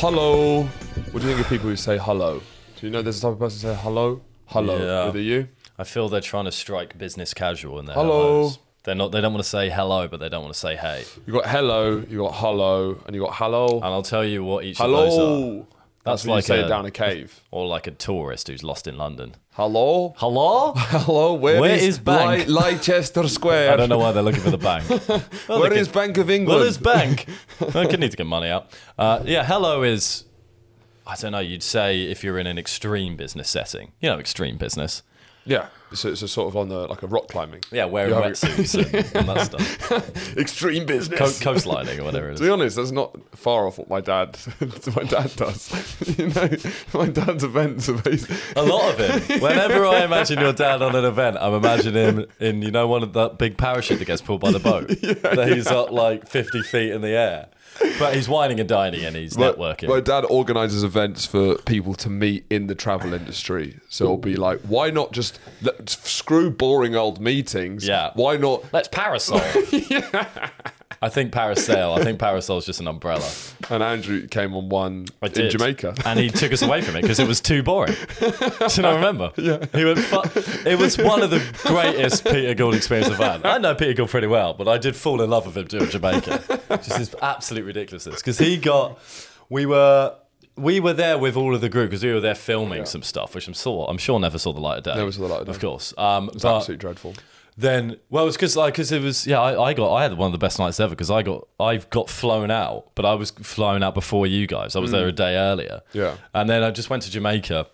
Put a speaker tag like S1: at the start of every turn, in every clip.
S1: Hello. What do you think of people who say hello? Do you know there's a type of person who say hello? Hello.
S2: Yeah.
S1: With a U?
S2: I feel they're trying to strike business casual in their
S1: Hello.
S2: hellos. They're not. They don't want to say hello, but they don't want to say hey.
S1: You got hello, you got hello, and you got hello.
S2: And I'll tell you what each of those are,
S1: hello.
S2: That's
S1: what you
S2: like
S1: say
S2: a-
S1: down a cave.
S2: or like a tourist who's lost in London.
S1: Hello.
S2: Hello.
S1: Hello.
S2: Where is bank?
S1: Lei- Leicester Square?
S2: I don't know why they're looking for the bank. Well,
S1: Where
S2: they
S1: is
S2: could-
S1: Bank of England?
S2: Well, there's bank. I could need to get money out. Uh, yeah, hello is. I don't know. You'd say if you're in an extreme business setting, you know, extreme business.
S1: yeah. So it's a sort of on the like a rock climbing.
S2: Yeah, wearing
S1: Yeah.
S2: wetsuits and, and that stuff.
S1: Extreme business.
S2: Co- coastlining or whatever it
S1: To
S2: is.
S1: be honest, that's not far off what my dad my dad does. you know, my dad's events are based.
S2: A lot of it. Whenever I imagine your dad on an event, I'm imagining him in, you know, one of that big parachute that gets pulled by the boat. that he's up like 50 feet in the air. But he's whining and dining and he's
S1: My-
S2: networking.
S1: My dad organises events for people to meet in the travel industry. So it'll be like, why not just let, screw boring old meetings?
S2: Yeah.
S1: Why not?
S2: Let's parasol. I think parasail. I think parasol's just an umbrella.
S1: And Andrew came on one
S2: I
S1: in
S2: did.
S1: Jamaica.
S2: and he took us away from it because it was too boring. Do you not remember? Yeah, he went. Fu- it was one of the greatest Peter Gould experiences I've had. I know Peter Gould pretty well, but I did fall in love with him too in Jamaica. Just this absolute ridiculousness because he got. We were. We were there with all of the group because we were there filming some stuff, which I'm sure I'm sure never saw the light of day.
S1: Never saw the light of day.
S2: of course. Um,
S1: It's
S2: but
S1: absolutely dreadful.
S2: then well it's because like because it was yeah I, I got i had one of the best nights ever because i got i've got flown out but i was flown out before you guys i was there a day earlier
S1: Mm. Yeah.
S2: and then i just went to jamaica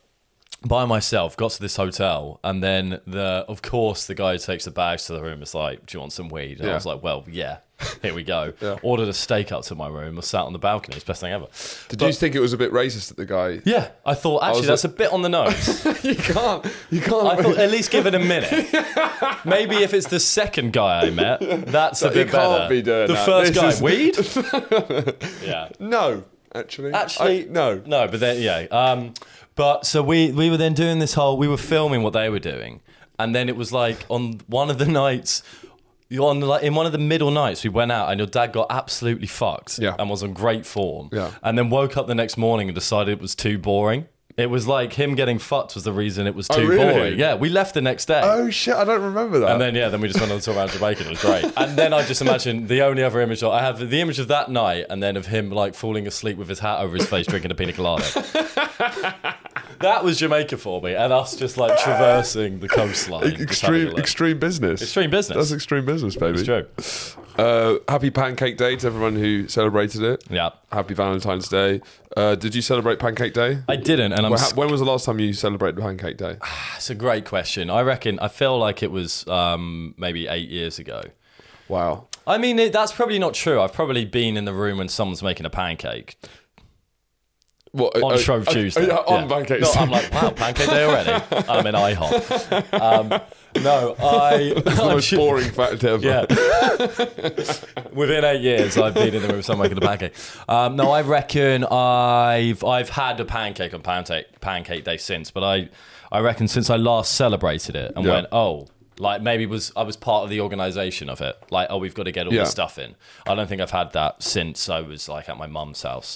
S2: by myself got to this hotel and then the of course the guy who takes the bags to the room is like do you want some weed and
S1: Yeah.
S2: i was like well yeah here we go ordered a steak up to my room was sat on the balcony it's the best thing ever
S1: Did
S2: But-
S1: you think it was a bit racist that the guy?
S2: yeah i thought actually
S1: was
S2: that's a bit on the nose
S1: you can't. You can't.
S2: I thought at least give it a minute. Maybe if it's the second guy I met, that's a bit
S1: You can't
S2: better.
S1: be doing
S2: the
S1: that.
S2: first
S1: This
S2: guy,
S1: is-
S2: weed. yeah,
S1: no, actually.
S2: actually,
S1: I- no.
S2: no. But then, yeah. Um, but so we we were then doing this whole. We were filming what they were doing, and then it was like on one of the nights. you- On like in one of the middle nights, we went out and your dad got absolutely fucked
S1: Yeah.
S2: and was on great form.
S1: Yeah.
S2: And then woke up the next morning and decided it was too boring. It was like him getting fucked was the reason it was too
S1: Oh, really?
S2: boring. Yeah, we left the next day.
S1: Oh shit! I don't remember that.
S2: And then yeah, then we just went on to around Jamaica. and It was great. And then I just imagine the only other image I have the image of that night, and then of him like falling asleep with his hat over his face, drinking a pina colada. that was Jamaica for me, and us just like traversing the coastline. just having a
S1: extreme,
S2: look.
S1: extreme business.
S2: Extreme business.
S1: That's extreme business, baby.
S2: It's true.
S1: Uh, happy Pancake Day to everyone who celebrated it.
S2: Yeah,
S1: Happy Valentine's Day. Uh, did you celebrate Pancake Day?
S2: I didn't, and I'm.
S1: Well, ha- when was the last time you celebrated Pancake Day?
S2: That's a great question. I reckon I feel like it was um, maybe eight years ago.
S1: Wow.
S2: I mean, it, that's probably not true. I've probably been in the room when someone's making a pancake.
S1: What,
S2: on
S1: uh,
S2: Shrove
S1: uh,
S2: Tuesday.
S1: yeah, on
S2: Yeah.
S1: Pancake
S2: No,
S1: Day.
S2: I'm like, wow, Pancake Day already. I'm in IHOP. Um, no, I.
S1: That's the
S2: I'm
S1: most
S2: sure-
S1: boring fact ever.
S2: Yeah. Within eight years, I've been in the room with someone making a pancake. Um, no, I reckon I've I've had a pancake on pancake pancake day since, but I I reckon since I last celebrated it and
S1: Yeah.
S2: went oh. Like maybe was I was part of the organisation of it. Like oh, we've got to get all
S1: Yeah.
S2: this stuff in. I don't think I've had that since I was like at my mum's house.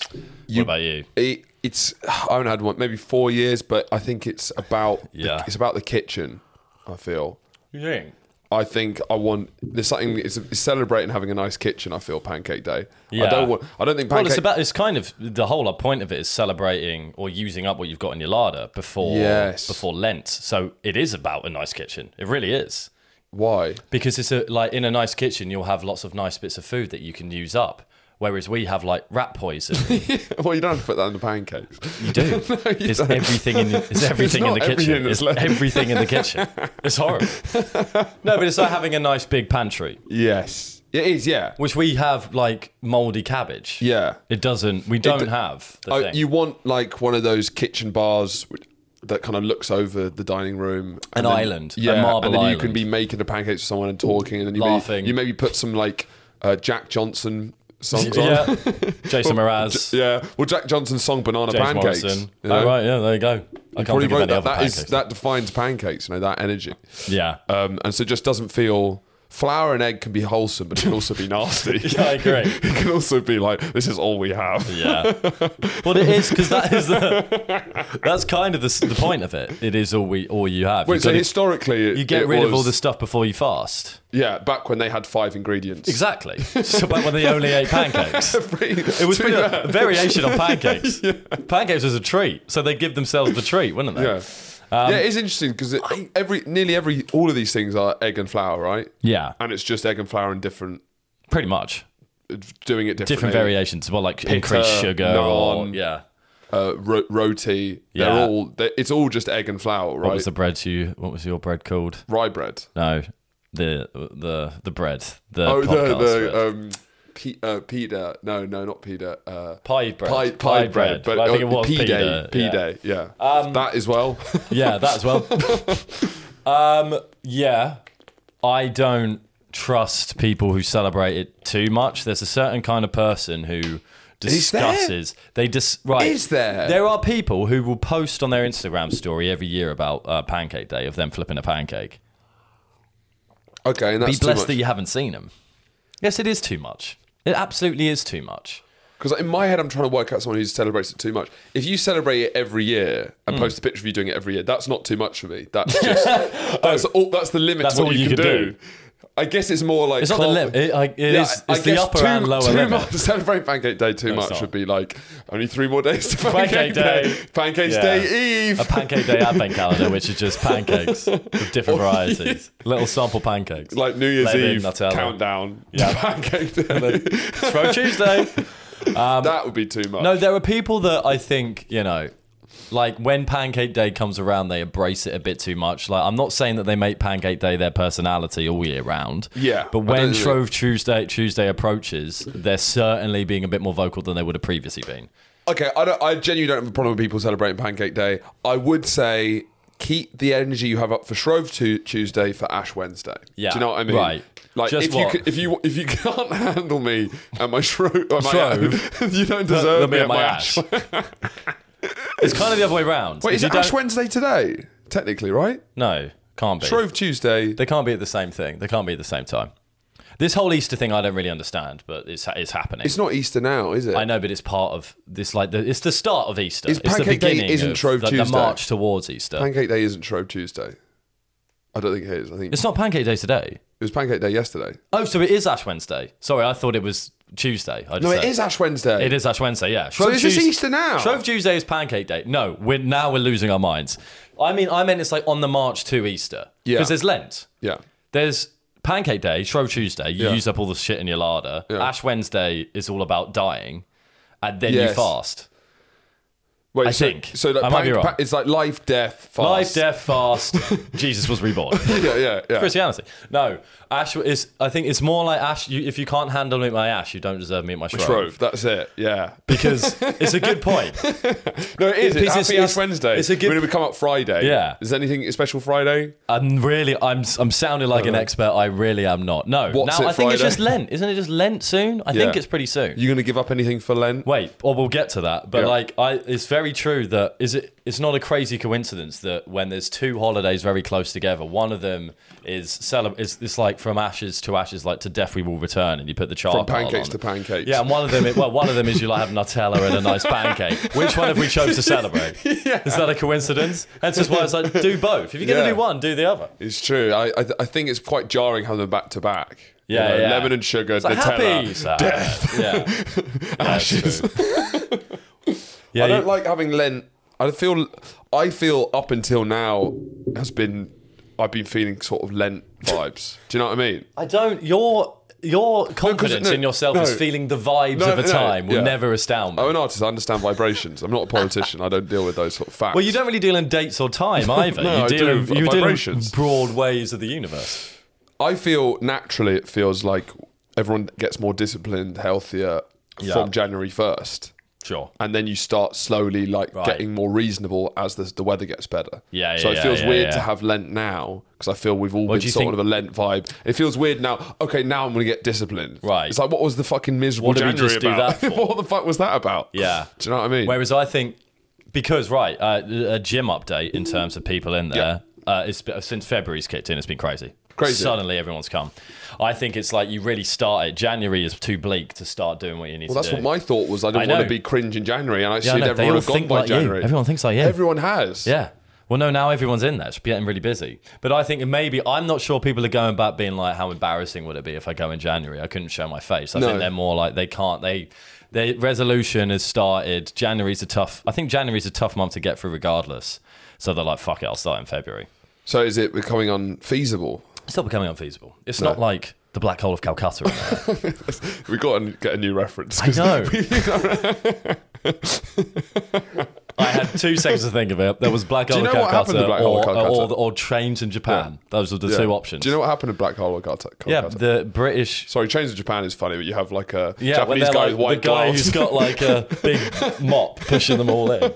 S2: what about you?
S1: It, it's I haven't had one maybe four years, but I think it's about
S2: Yeah.
S1: it's about the kitchen. I feel.
S2: You think?
S1: I think I want there's something it's, it's celebrating having a nice kitchen. I feel Pancake Day. I
S2: Yeah.
S1: don't want. I don't think Pancake.
S2: Well, it's about it's kind of the whole point of it is celebrating or using up what you've got in your larder before
S1: Yes.
S2: before Lent. So it is about a nice kitchen. It really is
S1: why?
S2: because it's a, like in a nice kitchen you'll have lots of nice bits of food that you can use up. Whereas we have like rat poison.
S1: well, you don't have to put that in the pancakes.
S2: You do. it's
S1: don't.
S2: everything in it's everything in
S1: not
S2: the kitchen.
S1: everything that's
S2: It's
S1: left.
S2: everything in the kitchen. It's horrible. no, but it's like having a nice big pantry,
S1: Yes, it is. Yeah,
S2: which we have like moldy cabbage.
S1: yeah.
S2: It doesn't. We don't have the
S1: Oh,
S2: thing.
S1: you want like one of those kitchen bars w- that kind of looks over the dining room,
S2: An
S1: and
S2: island, a
S1: yeah,
S2: marble
S1: and then you
S2: island.
S1: can be making the pancakes with someone and talking, and then you
S2: Laughing.
S1: Maybe, you maybe put some like uh, Jack Johnson songs on.
S2: yeah. Jason Mraz.
S1: Yeah, well, Jack Johnson's song "Banana
S2: James
S1: Pancakes."
S2: Morrison.
S1: you know?
S2: Oh, right, yeah, there you go. I can't
S1: Probably
S2: think of
S1: wrote
S2: any
S1: that.
S2: other
S1: That is
S2: pancakes.
S1: that defines pancakes. You know that energy,
S2: yeah.
S1: um, and so it just doesn't feel flour and egg can be wholesome, but it can also be nasty.
S2: Yeah, I agree.
S1: it can also be like, this is all we have.
S2: Yeah. Well, it is because that is the that's kind of the, s- the point of it. It is all we all you have.
S1: Wait,
S2: You've
S1: so
S2: gotta-
S1: historically, it-
S2: you get
S1: it
S2: rid of all
S1: was-
S2: the stuff before you fast.
S1: Yeah, back when they had five ingredients.
S2: Exactly. So back when they only ate pancakes.
S1: Exactly.
S2: It was pretty a variation on pancakes. Pancakes was a treat, so they give themselves the treat, wouldn't they?
S1: Yeah.
S2: Um,
S1: yeah, it is interesting because every nearly every all of these things are egg and flour, right?
S2: Yeah,
S1: And it's just egg and flour and different
S2: pretty much.
S1: doing it differently.
S2: Different variations, well, like increased sugar or
S1: naan.
S2: yeah.
S1: Uh, ro- roti.
S2: Yeah.
S1: They're all. they it's all just egg and flour,
S2: What
S1: right?
S2: was the bread you? What was your bread called?
S1: Rye bread.
S2: No, the the the bread. The
S1: Oh, the
S2: podcast bread.
S1: the um, pe- uh, pita. No, no, not pita. Uh,
S2: pie bread.
S1: pie, pie bread. But
S2: I think
S1: uh,
S2: it was
S1: pea
S2: pita,
S1: day. Pea
S2: yeah. Um,
S1: day. Yeah. that as well.
S2: Yeah, that as well. um, yeah, I don't trust people who celebrate it too much. There's a certain kind of person who
S1: there?
S2: discusses. They dis right.
S1: Is there?
S2: There are people who will post on their Instagram story every year about uh, Pancake Day of them flipping a pancake.
S1: okay, and
S2: Be
S1: that's too
S2: blessed that
S1: much.
S2: you haven't seen them. Yes, it is too much. It absolutely is too much.
S1: Because in my head, I'm trying to work out someone who celebrates it too much. If you celebrate it every year and
S2: Hmm.
S1: post a picture of you doing it every year, that's not too much for me. That's just that's all. That's the limit.
S2: Oh. That's
S1: to what
S2: all you
S1: you, can
S2: can
S1: do. I guess it's more like
S2: It's not the
S1: can't-
S2: limit. It, I- it
S1: Yeah,
S2: is-
S1: I
S2: It's the
S1: guess
S2: upper
S1: too-
S2: and lower
S1: too
S2: limit.
S1: Much, celebrate Pancake Day too much
S2: not.
S1: should be like only three more days to Pancake,
S2: Pancake
S1: Day.
S2: Day.
S1: Pancakes
S2: Yeah.
S1: Day Eve.
S2: a pancake day advent calendar, which is just pancakes with different varieties, little sample pancakes,
S1: like New Year's
S2: Lemon,
S1: Eve
S2: Nutella.
S1: countdown.
S2: Yeah.
S1: Pancake Day.
S2: Throw Tuesday.
S1: that would be too much.
S2: Um, No, there are people that I think you know, like when Pancake Day comes around, they embrace it a bit too much. Like I'm not saying that they make Pancake Day their personality all year round.
S1: Yeah, I
S2: but
S1: don't
S2: when
S1: think-
S2: Shrove Tuesday Tuesday approaches, they're certainly being a bit more vocal than they would have previously been.
S1: Okay, I, don't, I genuinely don't have a problem with people celebrating Pancake Day. I would say keep the energy you have up for Shrove Tu- Tuesday for Ash Wednesday.
S2: Yeah,
S1: Do you know what I mean?
S2: right.
S1: Like
S2: Just
S1: if
S2: what-
S1: you c- if you if you can't handle me at my Shrove, at my
S2: Shrove?
S1: you don't
S2: They'll
S1: deserve
S2: be
S1: me at my Ash.
S2: it's kind of the other way round.
S1: Wait,
S2: If
S1: is
S2: you
S1: it Ash
S2: don't-
S1: Wednesday today? Technically, right?
S2: No, can't be.
S1: Shrove Tuesday.
S2: They can't be at the same thing. They can't be at the same time. This whole Easter thing, I don't really understand, but it's it's happening.
S1: It's not Easter now, is it?
S2: I know, but it's part of this. Like, the, it's the start of Easter.
S1: Is
S2: it's the
S1: Pancake Day
S2: beginning
S1: isn't
S2: of
S1: Shrove
S2: the, the
S1: Tuesday?
S2: march towards Easter.
S1: Pancake Day isn't Shrove Tuesday. I don't think it is. I think it
S2: it's not Pancake Day today.
S1: was Pancake Day yesterday.
S2: Oh, so it is Ash Wednesday. Sorry, I thought it was Tuesday. I just
S1: No, it
S2: said.
S1: is Ash Wednesday.
S2: It is Ash Wednesday, yeah. Shrove
S1: is this
S2: Tues-
S1: Easter now?
S2: Shrove Tuesday is Pancake Day. No, we're now we're losing our minds. I mean, I meant it's like on the march to Easter.
S1: Yeah.
S2: Because there's Lent.
S1: Yeah.
S2: There's Pancake Day, Shrove Tuesday. You use up all the shit in your larder. Ash Wednesday is all about dying, and then you
S1: Yes.
S2: fast.
S1: Wait,
S2: I
S1: so,
S2: think.
S1: so. Like,
S2: I might be wrong.
S1: It's like life, death, fast.
S2: Life, death, fast. Jesus was reborn.
S1: yeah, yeah, yeah.
S2: Christianity. No, Ash is. I think it's more like Ash. You, if you can't handle me at my Ash, you don't deserve me at my Shrove.
S1: Trove, that's it. Yeah.
S2: Because it's a good point.
S1: No, it is. It's,
S2: Because
S1: happy
S2: it's-
S1: Ash Wednesday.
S2: it's a good-
S1: We're gonna come up Friday.
S2: Yeah.
S1: Is there anything special Friday?
S2: I'm really. I'm. I'm sounding like an expert. I really am not. No.
S1: What's
S2: now
S1: it
S2: I think it's
S1: Friday?
S2: just Lent. Isn't it just Lent soon? I think
S1: Yeah.
S2: it's pretty soon.
S1: You gonna give up anything for Lent?
S2: Wait, or we'll get to that. But
S1: Yeah.
S2: like, I it's very true that is it. It's not a crazy coincidence that when there's two holidays very close together, one of them is cele- is it's like from ashes to ashes, like to death we will return, and you put the charcoal
S1: From pancakes
S2: on.
S1: to pancakes.
S2: Yeah, and one of them, well, one of them is you like have Nutella and a nice pancake. Which one have we chose to celebrate? Is that a coincidence? That's just why it's like do both. If you're gonna
S1: Yeah.
S2: do one, do the other.
S1: It's true. I I, I think it's quite jarring having them back to back. You
S2: Yeah,
S1: know,
S2: yeah.
S1: Lemon and sugar,
S2: It's like
S1: Nutella,
S2: happy, sad. yeah, ashes. yeah,
S1: I don't
S2: you-
S1: like having Lent. I feel I feel up until now has been I've been feeling sort of Lent vibes. Do you know what I mean?
S2: I don't. Your your confidence
S1: no,
S2: in yourself
S1: no.
S2: is feeling the vibes
S1: No,
S2: of a
S1: no,
S2: time will
S1: yeah.
S2: never astound me.
S1: I'm an artist. I understand vibrations. I'm not a politician. I don't deal with those sort of facts.
S2: well, you don't really deal in dates or time either.
S1: No,
S2: you
S1: I
S2: deal
S1: do
S2: in
S1: v-
S2: you
S1: vibrations.
S2: deal in broad waves of the universe.
S1: I feel naturally it feels like everyone gets more disciplined, healthier
S2: Yeah.
S1: from January first,
S2: Sure.
S1: and then you start slowly like getting more reasonable as the, the weather gets better.
S2: Yeah,
S1: So
S2: yeah,
S1: it feels
S2: yeah,
S1: weird
S2: yeah.
S1: to have Lent now because I feel we've all
S2: do
S1: been
S2: you
S1: sort
S2: think-
S1: of a Lent vibe. It feels weird now. Okay, now I'm going to get disciplined.
S2: Right.
S1: It's like what was the fucking miserable
S2: What did we
S1: January
S2: just do
S1: about?
S2: that for?
S1: what the fuck was that about?
S2: Yeah.
S1: Do you know what I mean?
S2: Whereas I think because right, uh, a gym update in terms of people in there uh, it's, since February's kicked in, it's been crazy.
S1: Crazy.
S2: Suddenly everyone's come. I think it's like you really start it. January is too bleak to start doing what you need
S1: Well,
S2: to
S1: that's
S2: do.
S1: what my thought was. I didn't
S2: I
S1: want to
S2: know.
S1: be cringe in January, and I
S2: yeah, I
S1: assumed
S2: know, they
S1: everyone
S2: all
S1: had gone
S2: think
S1: by
S2: like
S1: January.
S2: you. Everyone thinks like you.
S1: Everyone has.
S2: Yeah. Well, no, now everyone's in there. It's getting really busy. But I think maybe, I'm not sure people are going back being like, how embarrassing would it be if I go in January? I couldn't show my face. I
S1: No.
S2: think they're more like, they can't, they, their resolution has started. January's a tough, I think January's a tough month to get through regardless. So they're like, fuck it, I'll start in February.
S1: So is it becoming unfeasible?
S2: It's not becoming unfeasible. It's not like the black hole of Calcutta. in there.
S1: We got to get a new reference.
S2: I know. I had two seconds to think of it. There was black hole
S1: you
S2: of
S1: know what happened to
S2: Calcutta
S1: Black Hole
S2: or,
S1: of Calcutta?
S2: or, or trains in Japan. Those were the two options.
S1: Do you know what happened to Black Hole? Calcutta?
S2: Yeah,
S1: Calcutta?
S2: the British.
S1: Sorry, Chains of Japan is funny, but you have like a
S2: Yeah, when
S1: Japanese
S2: they're
S1: guy
S2: like
S1: with white
S2: the guy
S1: gloves.
S2: who's got like a big mop pushing them all in,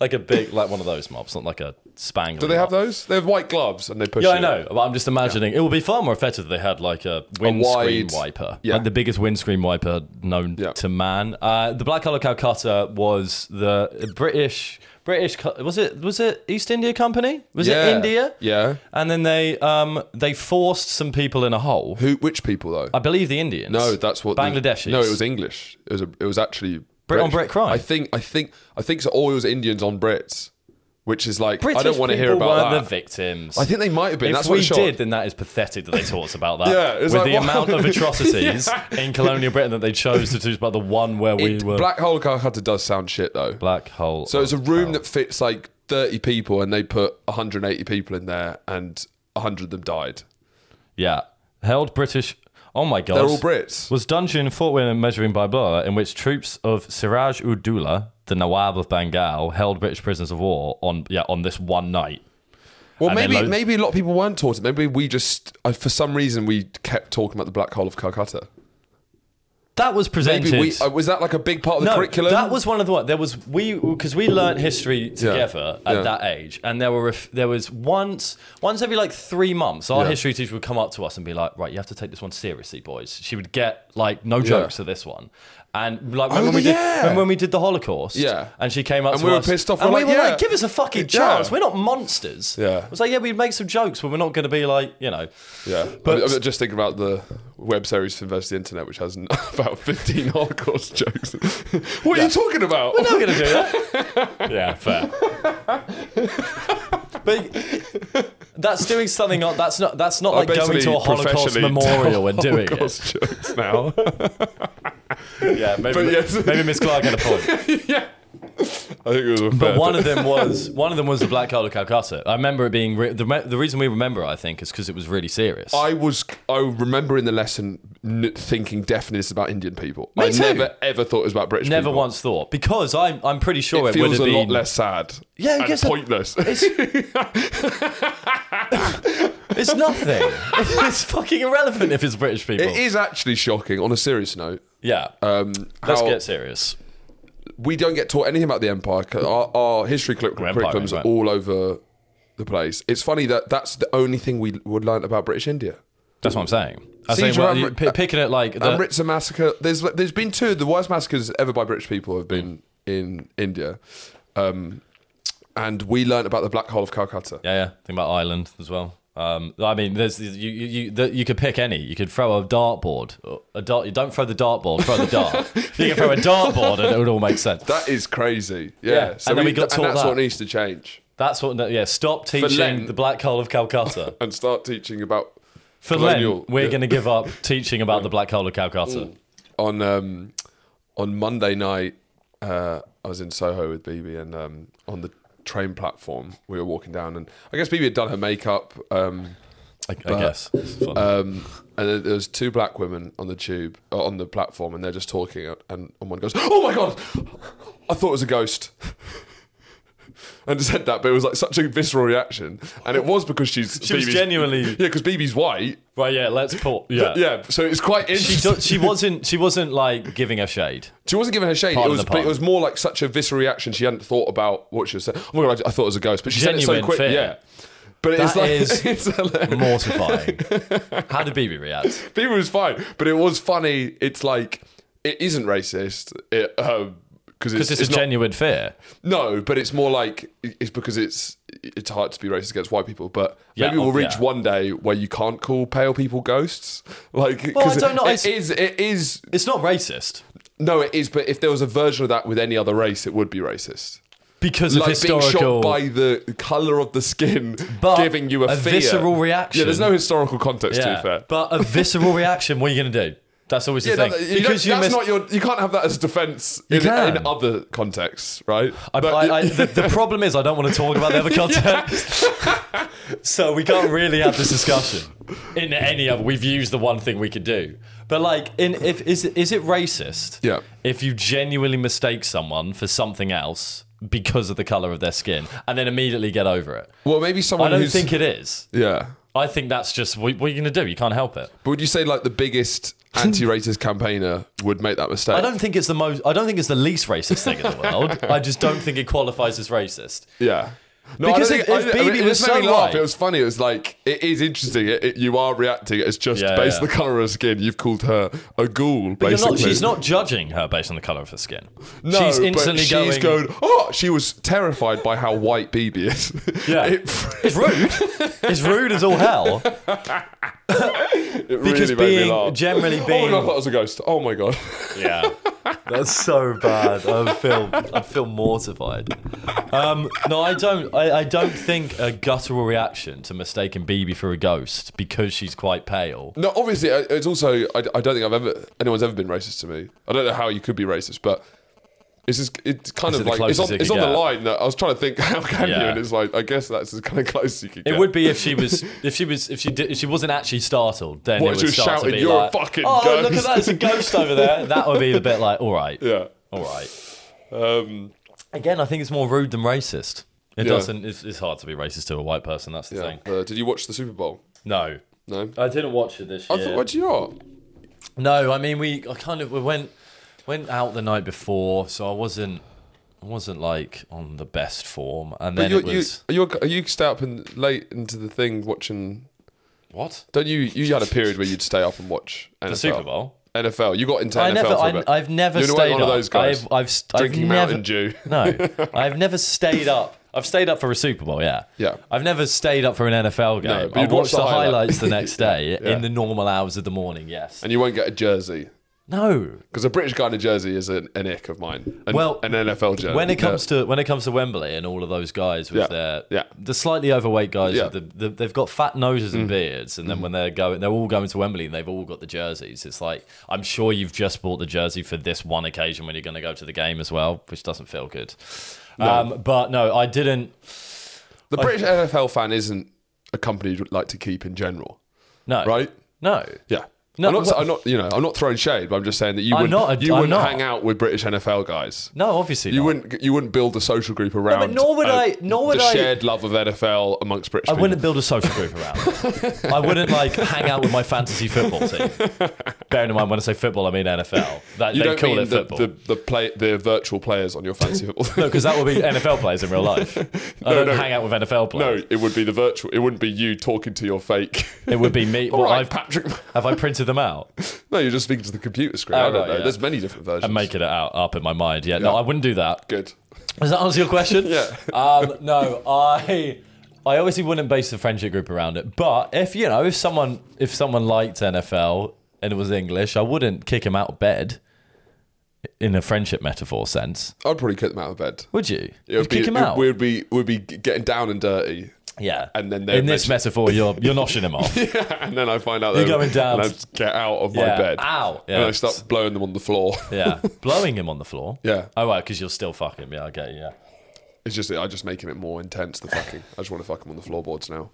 S2: like a big, like one of those mops, not like a spangle.
S1: Do they have those? They have white gloves and they push.
S2: Yeah,
S1: it.
S2: I know. But I'm just imagining it would be far more effective if they had like a windscreen
S1: wide-
S2: wiper,
S1: yeah.
S2: like the biggest windscreen wiper known
S1: Yeah.
S2: to man. Uh, the Black Hole of Calcutta was the British. British co- was it was it East India Company was
S1: Yeah.
S2: it India
S1: Yeah.
S2: and then they um they forced some people in a hole
S1: Who? Which people though?
S2: I believe the Indians
S1: No, that's what the-
S2: Bangladeshis
S1: no, it was English. It was a, it was actually
S2: Brit on
S1: British.
S2: Brit crime.
S1: I think I think I think so. Or it was Indians on Brits, which is like
S2: British
S1: I don't want to hear
S2: people
S1: about
S2: weren't
S1: that.
S2: the victims.
S1: I think they might have been.
S2: if
S1: That's
S2: we
S1: what
S2: did, then that is pathetic that they taught us about that.
S1: Yeah,
S2: with
S1: it's like,
S2: the
S1: what-
S2: amount of atrocities in colonial Britain that they chose to choose, about the one where we
S1: It,
S2: were
S1: Black Hole Calcutta does sound shit though.
S2: black hole.
S1: So it's a room that fits like 30 people, and they put 180 people in there, and 100 of them died.
S2: yeah, held British. Oh my god,
S1: They're all Brits.
S2: Was dungeon fought with and measuring by blood, in which troops of Siraj Udula, the Nawab of Bengal, held British prisoners of war on yeah on this one night.
S1: Well,
S2: And then
S1: maybe
S2: loads-
S1: maybe a lot of people weren't taught it. Maybe we just, uh, for some reason, we kept talking about the Black Hole of Calcutta.
S2: That was presented.
S1: Maybe we, uh, was that like a big part of the curriculum?
S2: That was one of the one. There was we because we learnt history together at
S1: Yeah.
S2: that age, and there were ref- there was once once every like three months, our
S1: Yeah.
S2: history teacher would come up to us and be like, "Right, you have to take this one seriously, boys." She would get like no jokes to this one, and like when,
S1: Oh,
S2: we
S1: yeah.
S2: did when, when we did the Holocaust,
S1: Yeah.
S2: and she came up
S1: And
S2: to
S1: we were
S2: us,
S1: pissed off.
S2: and
S1: We're
S2: we
S1: like,
S2: were
S1: yeah.
S2: like, "Give us a fucking
S1: Yeah.
S2: chance. We're not monsters."
S1: Yeah.
S2: I was like, "Yeah, we make some jokes, but we're not going to be like you know."
S1: Yeah,
S2: But-
S1: I'm, I'm just thinking about the web series from Versus the Internet, which has n- about 15 Holocaust jokes. what are you talking about?
S2: I'm not gonna do that. yeah, fair. but that's doing something. Not, that's not. That's not like going
S1: basically
S2: to a Holocaust
S1: professionally
S2: memorial and doing
S1: Holocaust jokes now.
S2: it. Yeah, maybe,
S1: But yes.
S2: maybe Miss Clark had a point.
S1: yeah, I think it was a fair
S2: But one of them was one of them was the Black Hole of Calcutta. I remember it being re- the, re- the reason we remember. It, I think is because it was really serious.
S1: I was I remember in the lesson n- thinking definitely this is about Indian people. I
S2: too.
S1: never ever thought it was about British
S2: Never
S1: people.
S2: once thought because I'm I'm pretty sure it,
S1: It
S2: would
S1: feels
S2: have
S1: a
S2: been
S1: lot less sad.
S2: Yeah, it
S1: and
S2: gets a-
S1: pointless.
S2: It's, it's nothing. It's fucking irrelevant if it's British people.
S1: It is actually shocking. On a serious note,
S2: Yeah.
S1: um,
S2: Let's
S1: how-
S2: get serious.
S1: we don't get taught anything about the empire. 'cause Our, our history cur-
S2: Empire,
S1: curriculums are
S2: right.
S1: all over the place. It's funny that that's the only thing we would learn about British India.
S2: That's what I'm saying. I'm
S1: Siege
S2: saying well,
S1: of
S2: you-
S1: Amrit-
S2: pi- picking it like the,
S1: Amritsar massacre. There's there's been two of the worst massacres ever by British people have been in India, um, and we learnt about the Black Hole of Calcutta.
S2: yeah, yeah. Think about Ireland as well. Um, I mean, there's you you you, the, you could pick any. You could throw a dartboard. or A dart. You don't throw the dartboard. Throw the dart. you can throw a dartboard, and it would all make sense.
S1: That is crazy. Yeah.
S2: Yeah,
S1: So
S2: and then
S1: we,
S2: we got
S1: and
S2: taught
S1: that's
S2: that.
S1: what needs to change
S2: That's what. no, Yeah. Stop
S1: Lent-
S2: teaching the black hole of Calcutta.
S1: and start teaching about
S2: For
S1: Colonial,
S2: Len, we're
S1: yeah.
S2: going to give up teaching about the black hole of Calcutta.
S1: on um, on Monday night. Uh, I was in Soho with BB, and um, on the train platform, we were walking down, and I guess BB had done her makeup. Um,
S2: I, I guess. It's fun.
S1: Um, and there- there was two black women on the tube, uh, on the platform, and they're just talking. And and one goes, "Oh my god, I thought it was a ghost," and said that, but it was like such a visceral reaction, and it was because she's
S2: She was
S1: BB's
S2: genuinely-
S1: yeah, because BB's white,
S2: right. Yeah. Let's pause. Yeah.
S1: yeah. So it's quite
S2: She,
S1: interesting.
S2: do, she wasn't. She wasn't like giving a shade.
S1: She wasn't giving her shade. It
S2: Pardon
S1: was,
S2: the
S1: but it
S2: pun.
S1: was more like such a visceral reaction. She hadn't thought about what she was saying. Oh my god, I, I thought it was a ghost, but she said it so
S2: Genuine
S1: quick.
S2: fear.
S1: Yeah, but it's
S2: That
S1: like
S2: is-
S1: it's hilarious.
S2: Mortifying. How did BB react?
S1: People was fine, but it was funny. It's like it isn't racist. It um, because
S2: Because
S1: it's,
S2: it's,
S1: it's
S2: a
S1: not-
S2: genuine fear.
S1: no, but it's more like it's because it's it's hard to be racist against white people. But
S2: Yeah,
S1: maybe we'll
S2: oh,
S1: reach
S2: yeah.
S1: one day where you can't call pale people ghosts. Like,
S2: Well, I
S1: 'cause
S2: don't know,
S1: it-
S2: it's-
S1: it is. It is.
S2: It's not racist
S1: No, it is. But if there was a version of that with any other race, it would be racist.
S2: because of
S1: Like being shot
S2: historical.
S1: by the color of the skin,
S2: But
S1: giving you a,
S2: a
S1: fear.
S2: visceral
S1: Yeah,
S2: reaction.
S1: there's no historical context to
S2: yeah,
S1: it. Fair.
S2: but a visceral reaction. What are you going to do? That's always
S1: Yeah,
S2: the
S1: no,
S2: thing.
S1: you because
S2: because
S1: that's
S2: missed-
S1: not your. You can't have that as defense in,
S2: can.
S1: in other contexts, right?
S2: I,
S1: But
S2: I,
S1: you-
S2: I, the, the problem is I don't want to talk about the other context, so we can't really have this discussion in any other. We've used the one thing we could do, but like, in if is is it racist?
S1: Yeah.
S2: If you genuinely mistake someone for something else because of the color of their skin, and then immediately get over it,
S1: well, maybe
S2: I
S1: someone
S2: don't
S1: who's
S2: think it is.
S1: yeah.
S2: I think that's just what, what are you going to do? You can't help it.
S1: But would you say like the biggest anti-racist campaigner would make that mistake?
S2: I don't think it's the most. I don't think it's the least racist thing in the world. I just don't think it qualifies as racist.
S1: Yeah. No,
S2: Because
S1: I don't
S2: if-
S1: think- I-
S2: if
S1: I mean,
S2: Bibi
S1: it
S2: was
S1: just made me
S2: so
S1: laugh.
S2: right-
S1: It was funny. It was like it is interesting. It, it- you are reacting. It's just
S2: Yeah,
S1: based on
S2: yeah.
S1: the color of her skin. You've called her a ghoul,
S2: You're
S1: basically.
S2: not, she's not judging her based on the color of her skin.
S1: No,
S2: she's
S1: but
S2: instantly
S1: she's
S2: going.
S1: going. Oh, she was terrified by how white Bibi is.
S2: Yeah.
S1: it,
S2: It's rude. it's rude as all hell.
S1: it really
S2: Because
S1: made me
S2: being
S1: laugh.
S2: generally
S1: Oh my
S2: being
S1: god, I thought it was a ghost. Oh my god.
S2: yeah, that's so bad. I feel I feel mortified. Um, no, I don't. I, I don't think a guttural reaction to mistaking BB for a ghost because she's quite pale.
S1: No, obviously, I- it's also. I, I don't think I've ever anyone's ever been racist to me. I don't know how you could be racist, but it's just, it's kind
S2: Is it
S1: of
S2: the
S1: like it's
S2: closest
S1: on,
S2: it
S1: it's
S2: could
S1: on the
S2: get?
S1: line that I was trying to think how can you,
S2: Yeah.
S1: and it's like I guess that's as kind of close as you could
S2: It
S1: get.
S2: would be if she was, if she was, if she did, if she wasn't actually startled. Then
S1: What,
S2: it
S1: she
S2: would
S1: was
S2: start
S1: shouting,
S2: to be
S1: "You're a
S2: like,
S1: fucking
S2: "Oh, look at
S1: ghost."
S2: that! It's a ghost over there." That would be a bit like, "All right,
S1: yeah.
S2: all right."
S1: Um,
S2: Again, I think it's more rude than racist.
S1: Yeah.
S2: It doesn't. It's, it's hard to be racist to a white person. That's the
S1: yeah.
S2: thing.
S1: Uh, did you watch the Super Bowl?
S2: No,
S1: No.
S2: I didn't watch it this
S1: I
S2: year.
S1: thought, what do you know?
S2: No, I mean we. I kind of we went went out the night before, so I wasn't I wasn't like on the best form. And then
S1: You,
S2: it
S1: you,
S2: was
S1: are you are you stay up and late into the thing watching?
S2: what
S1: Don't you? You had a period where you'd stay up and watch NFL.
S2: the Super Bowl.
S1: NFL. You got into
S2: I
S1: NFL
S2: never.
S1: for a
S2: I,
S1: bit.
S2: I've never
S1: You're
S2: stayed
S1: one of
S2: up.
S1: those guys
S2: I've, I've, st- I've
S1: drinking
S2: never,
S1: Mountain Dew.
S2: No, I've never stayed up. I've stayed up for a Super Bowl, yeah.
S1: Yeah.
S2: I've never stayed up for an NFL game.
S1: No, but
S2: I
S1: you'd watch
S2: watched
S1: the
S2: the
S1: highlight.
S2: highlights the next day
S1: yeah.
S2: in the normal hours of the morning, yes.
S1: And you won't get a jersey.
S2: No.
S1: Because a British guy in a jersey is an, an ick of mine. An,
S2: Well,
S1: an NFL jersey.
S2: When it comes to when it comes to Wembley and all of those guys
S1: Uh,
S2: with
S1: Yeah,
S2: their
S1: yeah.
S2: the slightly overweight guys
S1: Yeah. Mm.
S2: with the, the, they've got fat noses and beards and then when they're going they're all going to Wembley and they've all got the jerseys. It's like I'm sure you've just bought the jersey for this one occasion when you're going to go to the game as well, which doesn't feel good. Um, but no, I didn't.
S1: the British NFL fan isn't a company you'd like to keep in general,
S2: No,
S1: right?
S2: No,
S1: Yeah.
S2: No,
S1: I'm, not,
S2: but-
S1: I'm not. You know, I'm not throwing shade, but I'm just saying that you
S2: I'm
S1: wouldn't.
S2: not a-
S1: you
S2: I'm
S1: wouldn't
S2: not.
S1: hang out with British NFL guys.
S2: no, obviously
S1: You
S2: not.
S1: wouldn't. You wouldn't build a social group around.
S2: nor would
S1: uh,
S2: I- nor would
S1: the
S2: I-
S1: shared love of NFL amongst British.
S2: I
S1: people.
S2: wouldn't build a social group around. it. I wouldn't like hang out with my fantasy football team. Bearing in mind, when I say football, I mean NFL. That,
S1: You
S2: they
S1: don't
S2: call
S1: mean
S2: it
S1: the,
S2: football.
S1: the the play the virtual players on your fantasy football.
S2: No, because that would be NFL players in real life. I don't
S1: no.
S2: hang out with NFL
S1: no,
S2: players.
S1: it would be the virtual. It wouldn't be you talking to your fake.
S2: It would be me.
S1: All
S2: Well,
S1: right,
S2: I've,
S1: Patrick.
S2: have I printed them out
S1: No, you're just speaking to the computer screen. I
S2: Oh,
S1: don't
S2: right,
S1: know.
S2: yeah.
S1: There's many different versions.
S2: and making it out up in my mind? Yeah, no,
S1: Yeah.
S2: I wouldn't do that.
S1: Good.
S2: Does that answer your question?
S1: Yeah.
S2: Um, no, I I obviously wouldn't base the friendship group around it. But if you know, if someone if someone liked NFL and it was English, I wouldn't kick him out of bed. In a friendship metaphor sense,
S1: I'd probably kick them out of bed.
S2: would you?
S1: It would
S2: You'd kick
S1: be-
S2: him
S1: it-
S2: out.
S1: We'd be we'd be g- getting down and dirty,
S2: yeah.
S1: and then they
S2: in this metaphor, you're you're noshing him off.
S1: and then I find out you're
S2: going down.
S1: And I just get out of my
S2: Yeah.
S1: bed.
S2: Ow.
S1: And
S2: Yeah.
S1: I start blowing them on the floor.
S2: Yeah, blowing him on the floor.
S1: Yeah.
S2: Oh, right, because you're still fucking. Yeah, I get you. Yeah.
S1: It's just I just making it more intense. The fucking. I just want to fuck them on the floorboards now.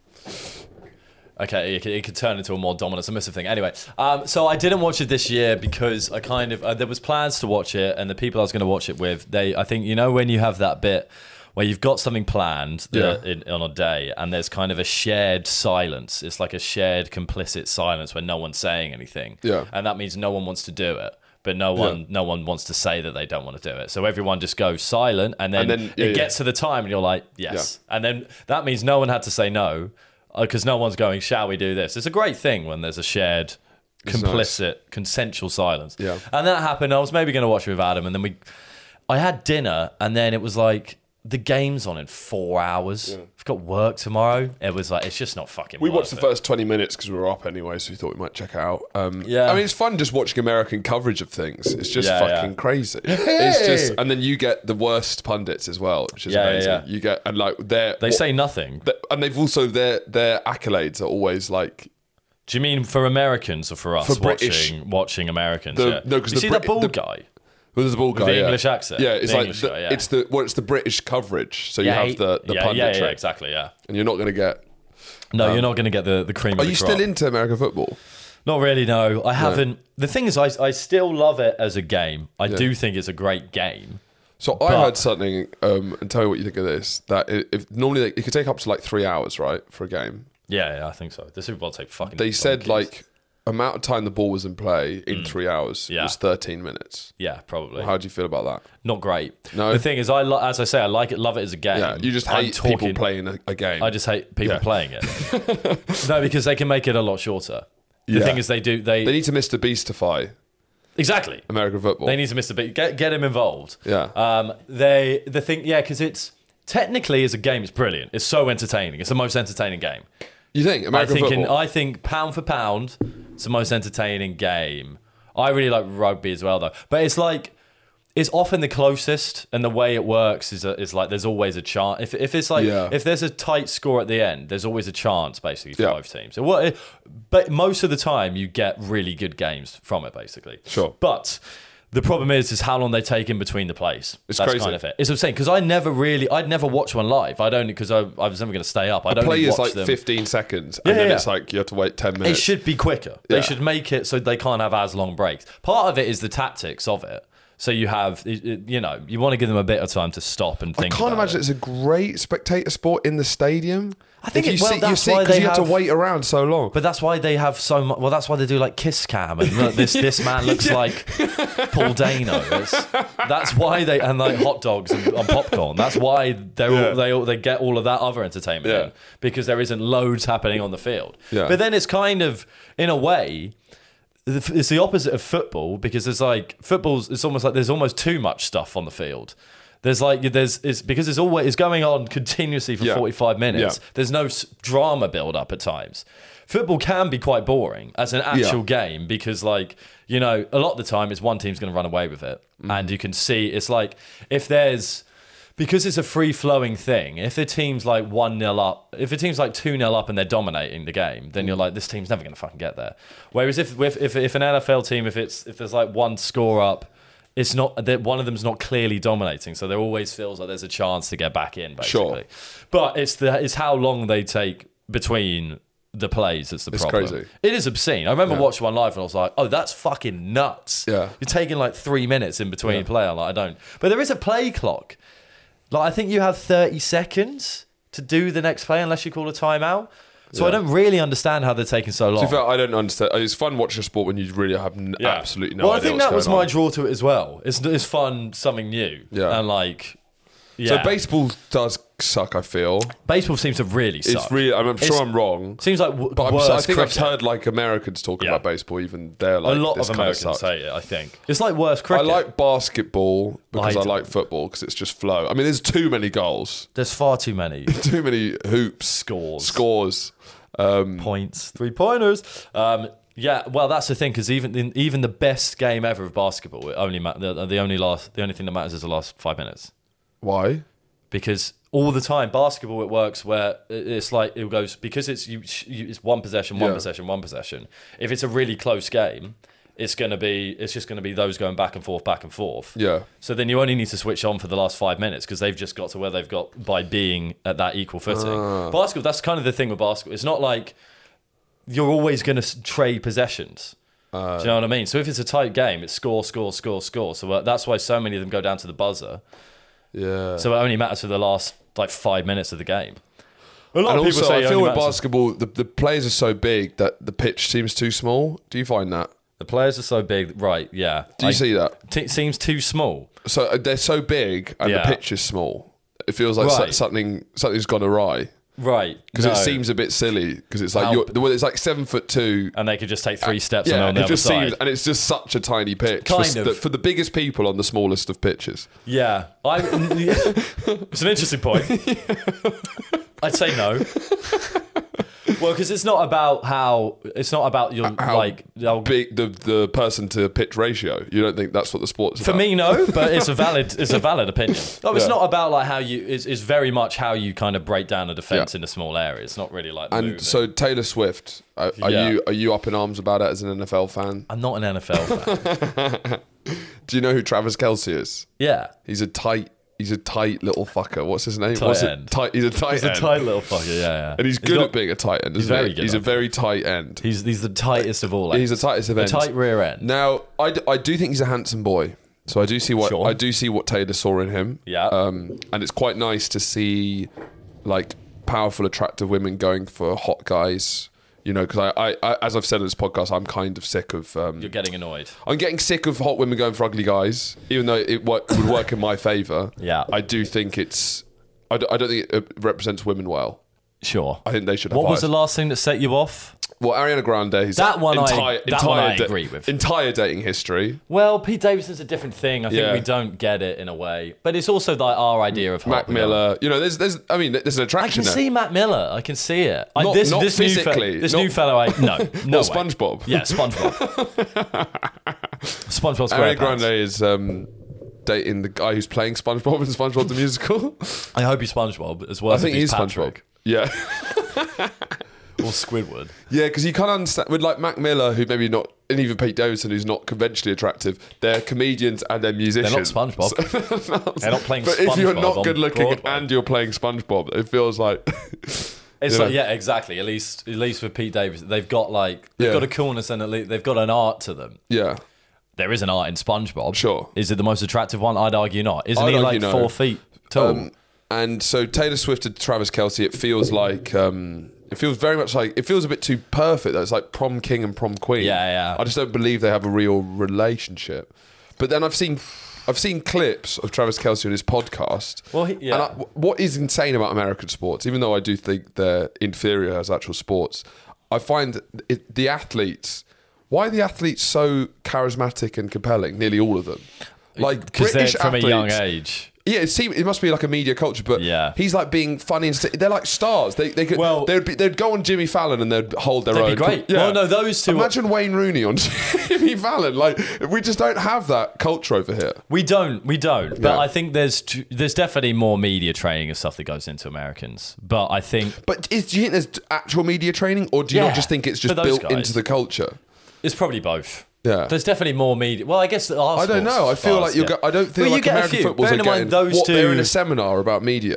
S2: Okay, it could, it could turn into a more dominant, submissive thing. Anyway, um, so I didn't watch it this year because I kind of uh, there was plans to watch it, and the people I was going to watch it with, they I think you know when you have that bit where you've got something planned that- in, on a day, and there's kind of a shared silence. It's like a shared complicit silence where no one's saying anything.
S1: Yeah.
S2: and that means no one wants to do it. But no one, no one wants to say that they don't want to do it. So everyone just goes silent, and then,
S1: then- yeah,
S2: it
S1: yeah.
S2: gets to the time, and you're like, yes. And then that means no one had to say no, because no one's going, shall we do this? It's a great thing when there's a shared, complicit, consensual silence.
S1: Yeah.
S2: And that happened. I was maybe going to watch it with Adam, and then we. I had dinner and then it was like the game's on in four hours. I've got work tomorrow. It was like it's just not fucking.
S1: We
S2: worth
S1: watched the
S2: it.
S1: first 20 minutes because we were up anyway, so we thought we might check it out. Um,
S2: Yeah.
S1: I mean, it's fun just watching American coverage of things. It's just
S2: Yeah,
S1: fucking
S2: yeah.
S1: crazy. It's just, and then you get the worst pundits as well, which is
S2: Yeah, yeah,
S1: amazing.
S2: yeah.
S1: You get, and like, they're,
S2: They say nothing.
S1: they- and they've also, their, their accolades are always like,
S2: Do you mean for Americans or for us
S1: For British.
S2: watching watching Americans?
S1: The-
S2: yeah.
S1: no, 'cause
S2: you
S1: the
S2: see
S1: Brit-
S2: that bald
S1: the-
S2: guy.
S1: well, there's a ball guy.
S2: the
S1: yeah.
S2: English accent.
S1: Yeah, it's
S2: The
S1: like,
S2: English
S1: the,
S2: guy, yeah.
S1: it's the, well, it's the British coverage. So you
S2: Yeah,
S1: have the, the
S2: yeah,
S1: pundit
S2: yeah, yeah,
S1: trick,
S2: exactly. Yeah.
S1: and you're not going to get.
S2: No, you're not going to get the the cream.
S1: Um, Are
S2: of the
S1: you
S2: crop.
S1: still into American football?
S2: Not really, no. I haven't. The thing is, I, I still love it as a game. I do think it's a great game.
S1: So I heard something, um, and tell me what you think of this. That i- if normally they- it could take up to like three hours, right, for a game.
S2: Yeah, yeah I think so. The Super Bowl take fucking.
S1: They said
S2: donkeys. Mm.
S1: like amount of time the ball was in play in three hours
S2: Yeah.
S1: was thirteen minutes.
S2: yeah, probably
S1: How do you feel about that?
S2: not great.
S1: No.
S2: the thing is, I li- as I say, I like it, love it as a game.
S1: Yeah, you just
S2: I'm
S1: hate
S2: talking-
S1: people playing a, a game.
S2: I just hate people
S1: Yeah.
S2: playing it. no, because they can make it a lot shorter. The
S1: Yeah.
S2: thing is, they do they,
S1: they need to Mr. Beastify
S2: exactly.
S1: American football.
S2: They need to miss a beat. Get get him involved.
S1: Yeah.
S2: Um. They the thing. Yeah, because it's technically as a game, it's brilliant. It's so entertaining. It's the most entertaining game.
S1: you think
S2: I
S1: American
S2: think in,
S1: football?
S2: I think pound for pound, it's the most entertaining game. I really like rugby as well though, but it's like it's often the closest, and the way it works is a, is like there's always a chance. If, if it's like
S1: Yeah.
S2: if there's a tight score at the end, there's always a chance basically for
S1: Yeah.
S2: both teams. So what? But most of the time, you get really good games from it basically.
S1: Sure.
S2: but. The problem is, is how long they take in between the plays.
S1: It's
S2: That's
S1: crazy.
S2: kind of it. It's insane because I never really, I'd never watch one live. I don't because I, I was never going to stay up. I don't
S1: Play
S2: watch
S1: is like
S2: them.
S1: fifteen seconds, and
S2: Yeah,
S1: then
S2: yeah,
S1: it's
S2: yeah.
S1: like you have to wait ten
S2: It
S1: minutes.
S2: should be quicker.
S1: Yeah.
S2: They should make it so they can't have as long breaks. Part of it is the tactics of it. So you have, it- it- you know, you want to give them a bit of time to stop and
S1: I
S2: think.
S1: can't
S2: about
S1: imagine it's
S2: It.
S1: a great spectator sport in the stadium.
S2: I think
S1: If
S2: it-
S1: you
S2: well,
S1: see, you
S2: that's
S1: see,
S2: why
S1: 'cause
S2: they
S1: you have to
S2: have-
S1: wait around so long.
S2: But that's why they have so much. Well, that's why they do like kiss cam and look, this this man looks like Paul Dano. It's- that's why they and like hot dogs and, and popcorn. That's why they're
S1: Yeah.
S2: all, they all, they get all of that other entertainment
S1: Yeah.
S2: in because there isn't loads happening on the field.
S1: Yeah.
S2: But then it's kind of in a way the- it's the opposite of football because there's like football's it's almost like there's almost too much stuff on the field there's like there's it's because it's always it's going on continuously for
S1: Yeah.
S2: 45 minutes
S1: Yeah.
S2: there's no s- drama build up at times football can be quite boring as an actual game because like you know a lot of the time it's one team's going to run away with it and you can see it's like if there's because it's a free flowing thing, if a team's like 1 0 up, if a team's like 2 0 up and they're dominating the game, then you're like, this team's never going to fucking get there. Whereas if, if, if, if an NFL team, if, it's, if there's like one score up, it's not that one of them's not clearly dominating, so there always feels like there's a chance to get back in, basically. But it's the it's how long they take between the plays that's the problem.
S1: crazy.
S2: It is obscene. I remember watching one live and I was like, oh, that's fucking nuts.
S1: Yeah.
S2: You're taking like three minutes in between play. I'm like, I don't. But there is a play clock. Like, I think you have 30 seconds to do the next play unless you call a timeout. So I don't really understand how they're taking so long.
S1: In fact, I don't understand. It's fun watching a sport when you really have n-
S2: Yeah.
S1: absolutely no
S2: Well,
S1: idea.
S2: I think
S1: what's
S2: that was
S1: going
S2: my
S1: on.
S2: draw to it as well. It's, it's fun, something new.
S1: Yeah.
S2: And like, yeah.
S1: So baseball does suck. I feel
S2: baseball seems to really suck.
S1: it's really. I'm, I'm sure
S2: It's-
S1: I'm wrong,
S2: Seems like w-
S1: but I'm,
S2: worse
S1: I think I've
S2: cricket.
S1: heard like Americans talking
S2: Yeah.
S1: about baseball. Even they're
S2: a
S1: like
S2: lot
S1: this
S2: of
S1: kinda
S2: Americans
S1: sucks.
S2: say it. I think it's like worse
S1: I
S2: cricket.
S1: like basketball because I,
S2: I
S1: like football because it's just flow. I mean, there's too many goals,
S2: There's far too many
S1: too many hoops,
S2: Scores.
S1: scores. Mm.
S2: points, three pointers. Um, yeah, well, that's the thing because even in, even the best game ever of basketball, it only ma- the, the only last the only thing that matters is the last five minutes
S1: Why?
S2: because all the time basketball it works where it- it's like it goes because it's you, you it's one possession, one
S1: Yeah.
S2: possession, one possession. If it's a really close game, it's gonna be it's just gonna be those going back and forth, back and forth.
S1: Yeah.
S2: So then you only need to switch on for the last five minutes because they've just got to where they've got by being at that equal footing.
S1: Ah.
S2: Basketball, that's kind of the thing with basketball. It's not like you're always going to trade possessions. Do you
S1: Ah.
S2: know what I mean? So if it's a tight game, it's score, score, score, score. So uh, that's why so many of them go down to the buzzer.
S1: Yeah.
S2: So it only matters for the last like five minutes of the game. A lot
S1: and
S2: of
S1: also,
S2: people say
S1: I
S2: it
S1: feel
S2: only
S1: with
S2: matters-
S1: basketball, the, the players are so big that the pitch seems too small. Do you find that?
S2: the players are so big. Right? Yeah.
S1: Do you
S2: I-
S1: see that?
S2: T- seems too small.
S1: So uh, they're so big, and
S2: Yeah.
S1: the pitch is small. It feels like so-
S2: Right.
S1: something something's gone awry.
S2: Right.
S1: because
S2: no.
S1: it seems a bit silly because it's like
S2: How-
S1: you're, well, it's like seven foot two.
S2: And they could just take three steps and they're
S1: Uh, Yeah,
S2: on the
S1: it
S2: other
S1: just
S2: side.
S1: seems, and it's just such a tiny pitch for,
S2: Kind
S1: s-
S2: of.
S1: the, for the biggest people on the smallest of pitches.
S2: Yeah, I. it's an interesting point. I'd say no. well, because it's not about how it's not about your
S1: how
S2: like. how-
S1: Big the the person to pitch ratio. You don't think that's what the sport's
S2: for me, no, but it's a valid it's a valid opinion. No, it's
S1: Yeah.
S2: not about like how you. It's, it's very much how you kind of break down a defense
S1: Yeah.
S2: in a small area. It's not really like. The
S1: And
S2: movement.
S1: so Taylor Swift, are, are
S2: Yeah.
S1: you are you up in arms about it as an NFL fan?
S2: I'm not an NFL fan.
S1: Do you know who Travis Kelsey is?
S2: yeah,
S1: He's a tight. He's a tight little fucker. What's his name? What's
S2: end.
S1: it? Tight. He's a tight
S2: the
S1: end.
S2: tight little fucker. Yeah, yeah.
S1: Um, and he's good
S2: got-
S1: at being a tight end. Isn't he's
S2: very
S1: he?
S2: good
S1: He's
S2: at
S1: a very tight end.
S2: He's he's the tightest of all.
S1: He's
S2: He's
S1: the tightest of
S2: a
S1: ends.
S2: tight rear end.
S1: Now, I, d- I do think he's a handsome boy. So I do see what
S2: Sure.
S1: I do see what Taylor saw in him.
S2: Yeah.
S1: Um, and it's quite nice to see like powerful, attractive women going for hot guys. You know, because I, I, I, as I've said in this podcast, I'm kind of sick of. Um,
S2: You're getting annoyed.
S1: I'm getting sick of hot women going for ugly guys, even though it wo- would work in my favor.
S2: Yeah.
S1: I do think it's. I, d- I don't think it uh, represents women well.
S2: Sure.
S1: I think they should. Have
S2: What was
S1: eyes.
S2: the last thing that set you off?
S1: Well, Ariana Grande's
S2: That one I-
S1: entire,
S2: that
S1: entire
S2: one I
S1: da-
S2: agree with.
S1: Entire dating history.
S2: Well, Pete Davidson's a different thing. I think
S1: Yeah.
S2: we don't get it in a way, but it's also like our idea of
S1: Mac
S2: Hartnell.
S1: Miller. You know, there's, there's. I mean, there's an
S2: I can
S1: attraction there.
S2: see Matt Miller. I can see it. I,
S1: Not-
S2: this
S1: not
S2: this new
S1: physically,
S2: fe- this
S1: not-
S2: new fellow. I no no way.
S1: SpongeBob.
S2: Yeah, SpongeBob. SpongeBob
S1: Ariana
S2: SquarePants.
S1: Grande is um, dating the guy who's playing SpongeBob in SpongeBob the musical.
S2: I hope he's SpongeBob as well.
S1: I think
S2: he's
S1: he's SpongeBob.
S2: Patrick
S1: Yeah,
S2: or Squidward.
S1: yeah, because you can't understand with like Mac Miller, who maybe not, and even Pete Davidson, who's not conventionally attractive. They're comedians and they're
S2: They're not
S1: musicians.
S2: SpongeBob. They're not playing.
S1: But if you're
S2: SpongeBob
S1: not
S2: on
S1: good looking
S2: Broadway.
S1: and you're playing SpongeBob, it feels like
S2: It's
S1: Yeah.
S2: like yeah, exactly. At least, at least with Pete Davis, they've got like they've
S1: Yeah.
S2: got a coolness and at least they've got an art to them.
S1: yeah.
S2: There is an art in SpongeBob.
S1: Sure.
S2: Is it the most attractive one? I'd argue not. Isn't
S1: I'd
S2: he like
S1: argue no.
S2: four feet tall?
S1: Um, and so Taylor Swift and Travis Kelsey, it feels like um, it feels very much like it feels a bit too perfect. Though. It's like prom king and prom queen.
S2: Yeah, yeah.
S1: I just don't believe they have a real relationship. But then I've seen I've seen clips of Travis Kelsey on his podcast.
S2: Well, he- yeah.
S1: And I, what is insane about American sports, even though I do think they're inferior as actual sports, I find it, the athletes. Why are the athletes so charismatic and compelling? Nearly all of them. Like
S2: Because Uh, they're
S1: British
S2: from a young
S1: athletes-
S2: age.
S1: yeah, it seems it must be like a media culture, but
S2: Yeah.
S1: he's like being funny. And st- they're like stars. They they could
S2: Well-
S1: they'd be, they'd go on Jimmy Fallon and they'd hold their
S2: That'd
S1: own.
S2: be great. Well, no, those two.
S1: Imagine Wayne Rooney on Jimmy Fallon. Like we just don't have that culture over here.
S2: we don't. We don't. But
S1: Yeah.
S2: I think there's t- there's definitely more media training and stuff that goes into Americans. But I think
S1: But is, do you think there's actual media training, or do you
S2: Yeah,
S1: not just think it's
S2: for
S1: just
S2: those
S1: built
S2: guys.
S1: into the culture?
S2: it's probably both.
S1: Yeah.
S2: There's definitely more media. Well, I guess the
S1: I don't know. I feel like you're. Go- I don't feel
S2: Well, you
S1: like
S2: get a
S1: American
S2: few.
S1: footballers are
S2: Bearing
S1: getting
S2: in mind those
S1: what they're in
S2: two-
S1: a seminar about media.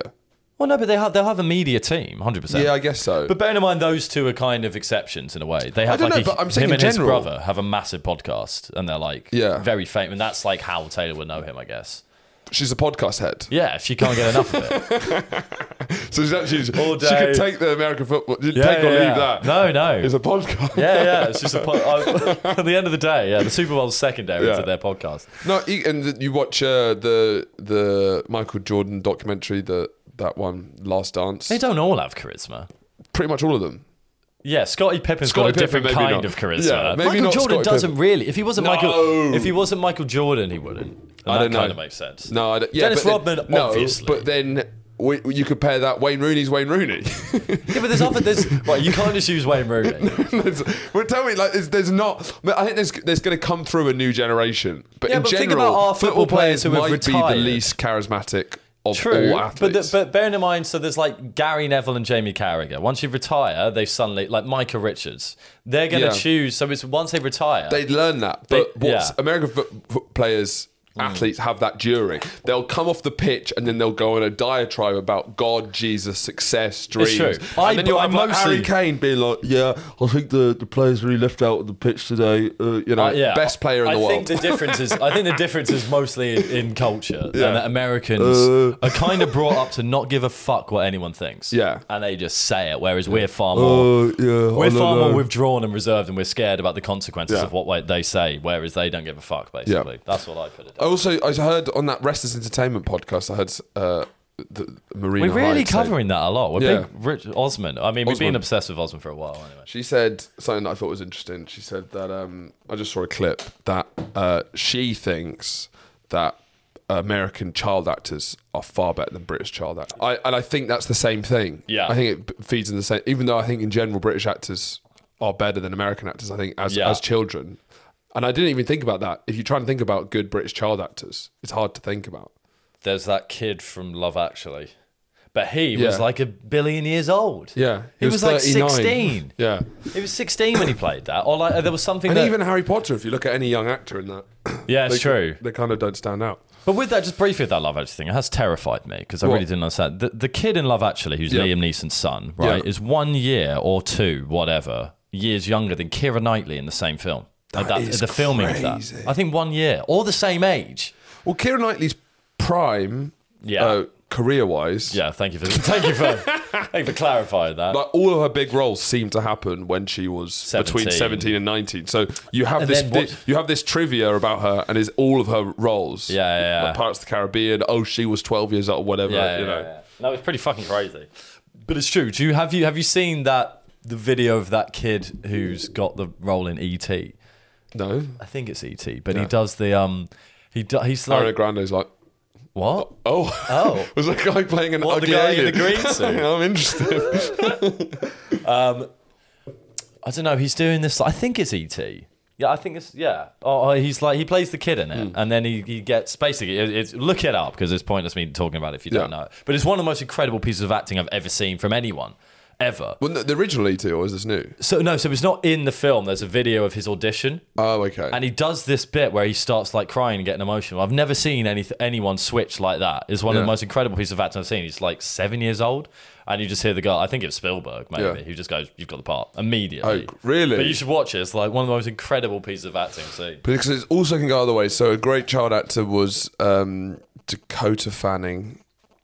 S2: Well, no, but they have they'll have a media team, hundred percent.
S1: Yeah, I guess so.
S2: But bearing in mind, those two are kind of exceptions in a way. They have
S1: don't
S2: like
S1: know,
S2: a,
S1: but I'm saying
S2: him
S1: in
S2: and his
S1: general.
S2: brother have a massive podcast, and they're like
S1: Yeah.
S2: very famous. And that's like how Taylor would know him, I guess.
S1: she's a podcast head.
S2: Yeah, if she can't get enough of it,
S1: So she's actually,
S2: All
S1: she
S2: day.
S1: could take the American football, take or leave that.
S2: No, no.
S1: It's a podcast.
S2: yeah, yeah. It's just a po- I, at the end of the day, yeah. The Super Bowl's secondary
S1: Yeah.
S2: to their podcast.
S1: No, e- and th- you watch uh, the the Michael Jordan documentary, the that one, Last Dance.
S2: They don't all have charisma.
S1: Pretty much all of them.
S2: Yeah, Scottie Pippen's
S1: Scottie
S2: got a different
S1: Pippen, maybe
S2: kind
S1: not.
S2: of charisma.
S1: Yeah, maybe
S2: Michael
S1: not
S2: Jordan
S1: Scottie
S2: doesn't
S1: Pippen.
S2: really. If he wasn't Michael,
S1: No.
S2: if he wasn't Michael Jordan, he wouldn't. And
S1: I
S2: that
S1: don't know.
S2: kind of makes sense.
S1: No, I don't, yeah,
S2: Dennis
S1: but then-
S2: Rodman,
S1: no,
S2: obviously.
S1: but then we, you compare that Wayne Rooney's Wayne Rooney.
S2: Yeah, but there's often there's right. You can't just use Wayne Rooney.
S1: There's- well, tell me, like, there's, there's not. but I think there's there's going to come through a new generation. But
S2: Yeah,
S1: in
S2: but think
S1: general,
S2: about our football players who have
S1: might be
S2: retired.
S1: the least charismatic of
S2: True,
S1: all
S2: but
S1: athletes.
S2: the, but bearing in mind, so there's like Gary Neville and Jamie Carragher. Once you retire, they suddenly like Micah Richards. They're gonna
S1: Yeah.
S2: choose. So it's once they retire,
S1: They'd learn that, but
S2: They-
S1: what's
S2: yeah.
S1: American fo- fo- players, athletes have that during. They'll come off the pitch and then they'll go on a diatribe about God, Jesus, success, dreams.
S2: true.
S1: And
S2: I-
S1: then you'll
S2: I
S1: have like
S2: mostly-
S1: Harry Kane being like,
S3: yeah, I think the, the players really left out on the pitch today. Uh,
S1: you know,
S2: Uh, yeah,
S1: best player in
S2: I
S1: the
S2: think
S1: world.
S2: the difference is I think the difference is mostly in, in culture and that Americans
S1: Uh.
S2: are kind of brought up to not give a fuck what anyone thinks.
S1: Yeah.
S2: and they just say it, whereas we're far
S3: Uh,
S2: more.
S3: yeah, I
S2: we're
S3: don't
S2: far
S3: know.
S2: more withdrawn and reserved, and we're scared about the consequences
S1: Yeah.
S2: of what wa- they say, whereas they don't give a fuck, basically. That's what I put it down.
S1: I also I heard on that Restless Entertainment podcast, I heard uh, the, the Marina.
S2: We're really
S1: Hyde said-
S2: covering that a lot. We're
S1: Yeah.
S2: big Rich Osman. I mean, we've been
S1: Osman.
S2: obsessed with Osman for a while anyway.
S1: She said something that I thought was interesting. She said that um, I just saw a clip that uh, she thinks that American child actors are far better than British child actors. I, and I think that's the same thing.
S2: Yeah.
S1: I think it feeds in the same. Even though I think in general British actors are better than American actors. I think as
S2: Yeah.
S1: as children, and I didn't even think about that. If you try and think about good British child actors, it's hard to think about.
S2: There's that kid from Love Actually. But he was
S1: Yeah.
S2: like a billion years old.
S1: Yeah,
S2: He, was, like
S1: 39.
S2: 16.
S1: Yeah,
S2: He was 16 when he played that. Or like there was something
S1: and
S2: that,
S1: even Harry Potter. If you look at any young actor in that,
S2: Yeah, it's
S1: they-
S2: true.
S1: They kind of don't stand out.
S2: But with that, just briefly with that Love Actually thing, it has terrified me because I
S1: What?
S2: really didn't understand. The, the kid in Love Actually, who's
S1: Yeah.
S2: Liam Neeson's son, right,
S1: Yeah.
S2: is one year or two, whatever, years younger than Kira Knightley in the same film. Like
S1: That is
S2: the filming of
S1: crazy.
S2: that. I think one year, or the same age.
S1: Well, Kieran Knightley's prime,
S2: Yeah.
S1: uh, career wise,
S2: Yeah, thank you for thank you for thank you for clarifying that.
S1: like all of her big roles seem to happen when she was
S2: 17.
S1: between seventeen and nineteen. So you have
S2: And
S1: this,
S2: then what-
S1: thi- you have this trivia about her, and is all of her roles,
S2: Yeah, yeah, yeah.
S1: like Pirates of the Caribbean. Oh, she was twelve years old, whatever.
S2: yeah,
S1: you
S2: yeah,
S1: know,
S2: yeah, yeah. No, it's pretty fucking crazy. But it's true. Do you have you have you seen that the video of that kid who's got the role in ET? I
S1: no.
S2: think it's ET, but he does the um he do, he's like
S1: Ariana Grande's like,
S2: what?
S1: oh,
S2: Oh.
S1: was that guy playing an
S2: What,
S1: ugly
S2: the guy in the
S1: alien?
S2: green suit?
S1: I'm interested.
S2: I don't know. He's doing this. I think it's ET. Yeah, I think it's yeah. Oh, oh, he's like he plays the kid in it,
S1: Hmm.
S2: and then he, he gets basically. It, it's look it up because it's pointless me talking about it if you don't
S1: Yeah.
S2: know. it. But it's one of the most incredible pieces of acting I've ever seen from anyone ever.
S1: Wasn't that the original E.T. or is this new?
S2: So no, so it's not in the film. There's a video of his audition,
S1: Oh, okay.
S2: and he does this bit where he starts like crying and getting emotional. I've never seen any anyone switch like that. It's one of
S1: Yeah.
S2: the most incredible pieces of acting I've seen. He's like seven years old, and you just hear the guy. I think it's Spielberg, maybe,
S1: Yeah.
S2: who just goes, "You've got the part" immediately.
S1: Oh, really?
S2: E But you should watch it. It's like one of the most incredible pieces of acting. I've seen.
S1: because it also can go other ways. So a great child actor was um, Dakota Fanning,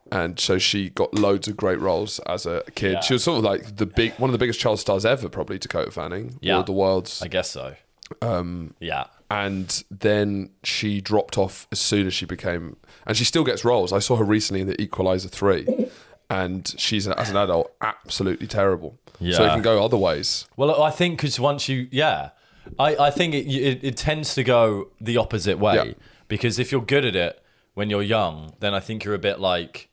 S1: and so she got loads of great roles as a kid.
S2: Yeah.
S1: She was sort of like the big one of the biggest child stars ever, probably Dakota Fanning,
S2: Yeah.
S1: or the world's.
S2: I guess so. Um, yeah.
S1: And then she dropped off as soon as she became, and she still gets roles. I saw her recently in The Equalizer three, and she's as an adult absolutely terrible. So it
S2: Yeah.
S1: can go other ways.
S2: Well, I think because once you, yeah, I, I think it, it, it tends to go the opposite way
S1: Yeah.
S2: because if you're good at it when you're young, then I think you're a bit like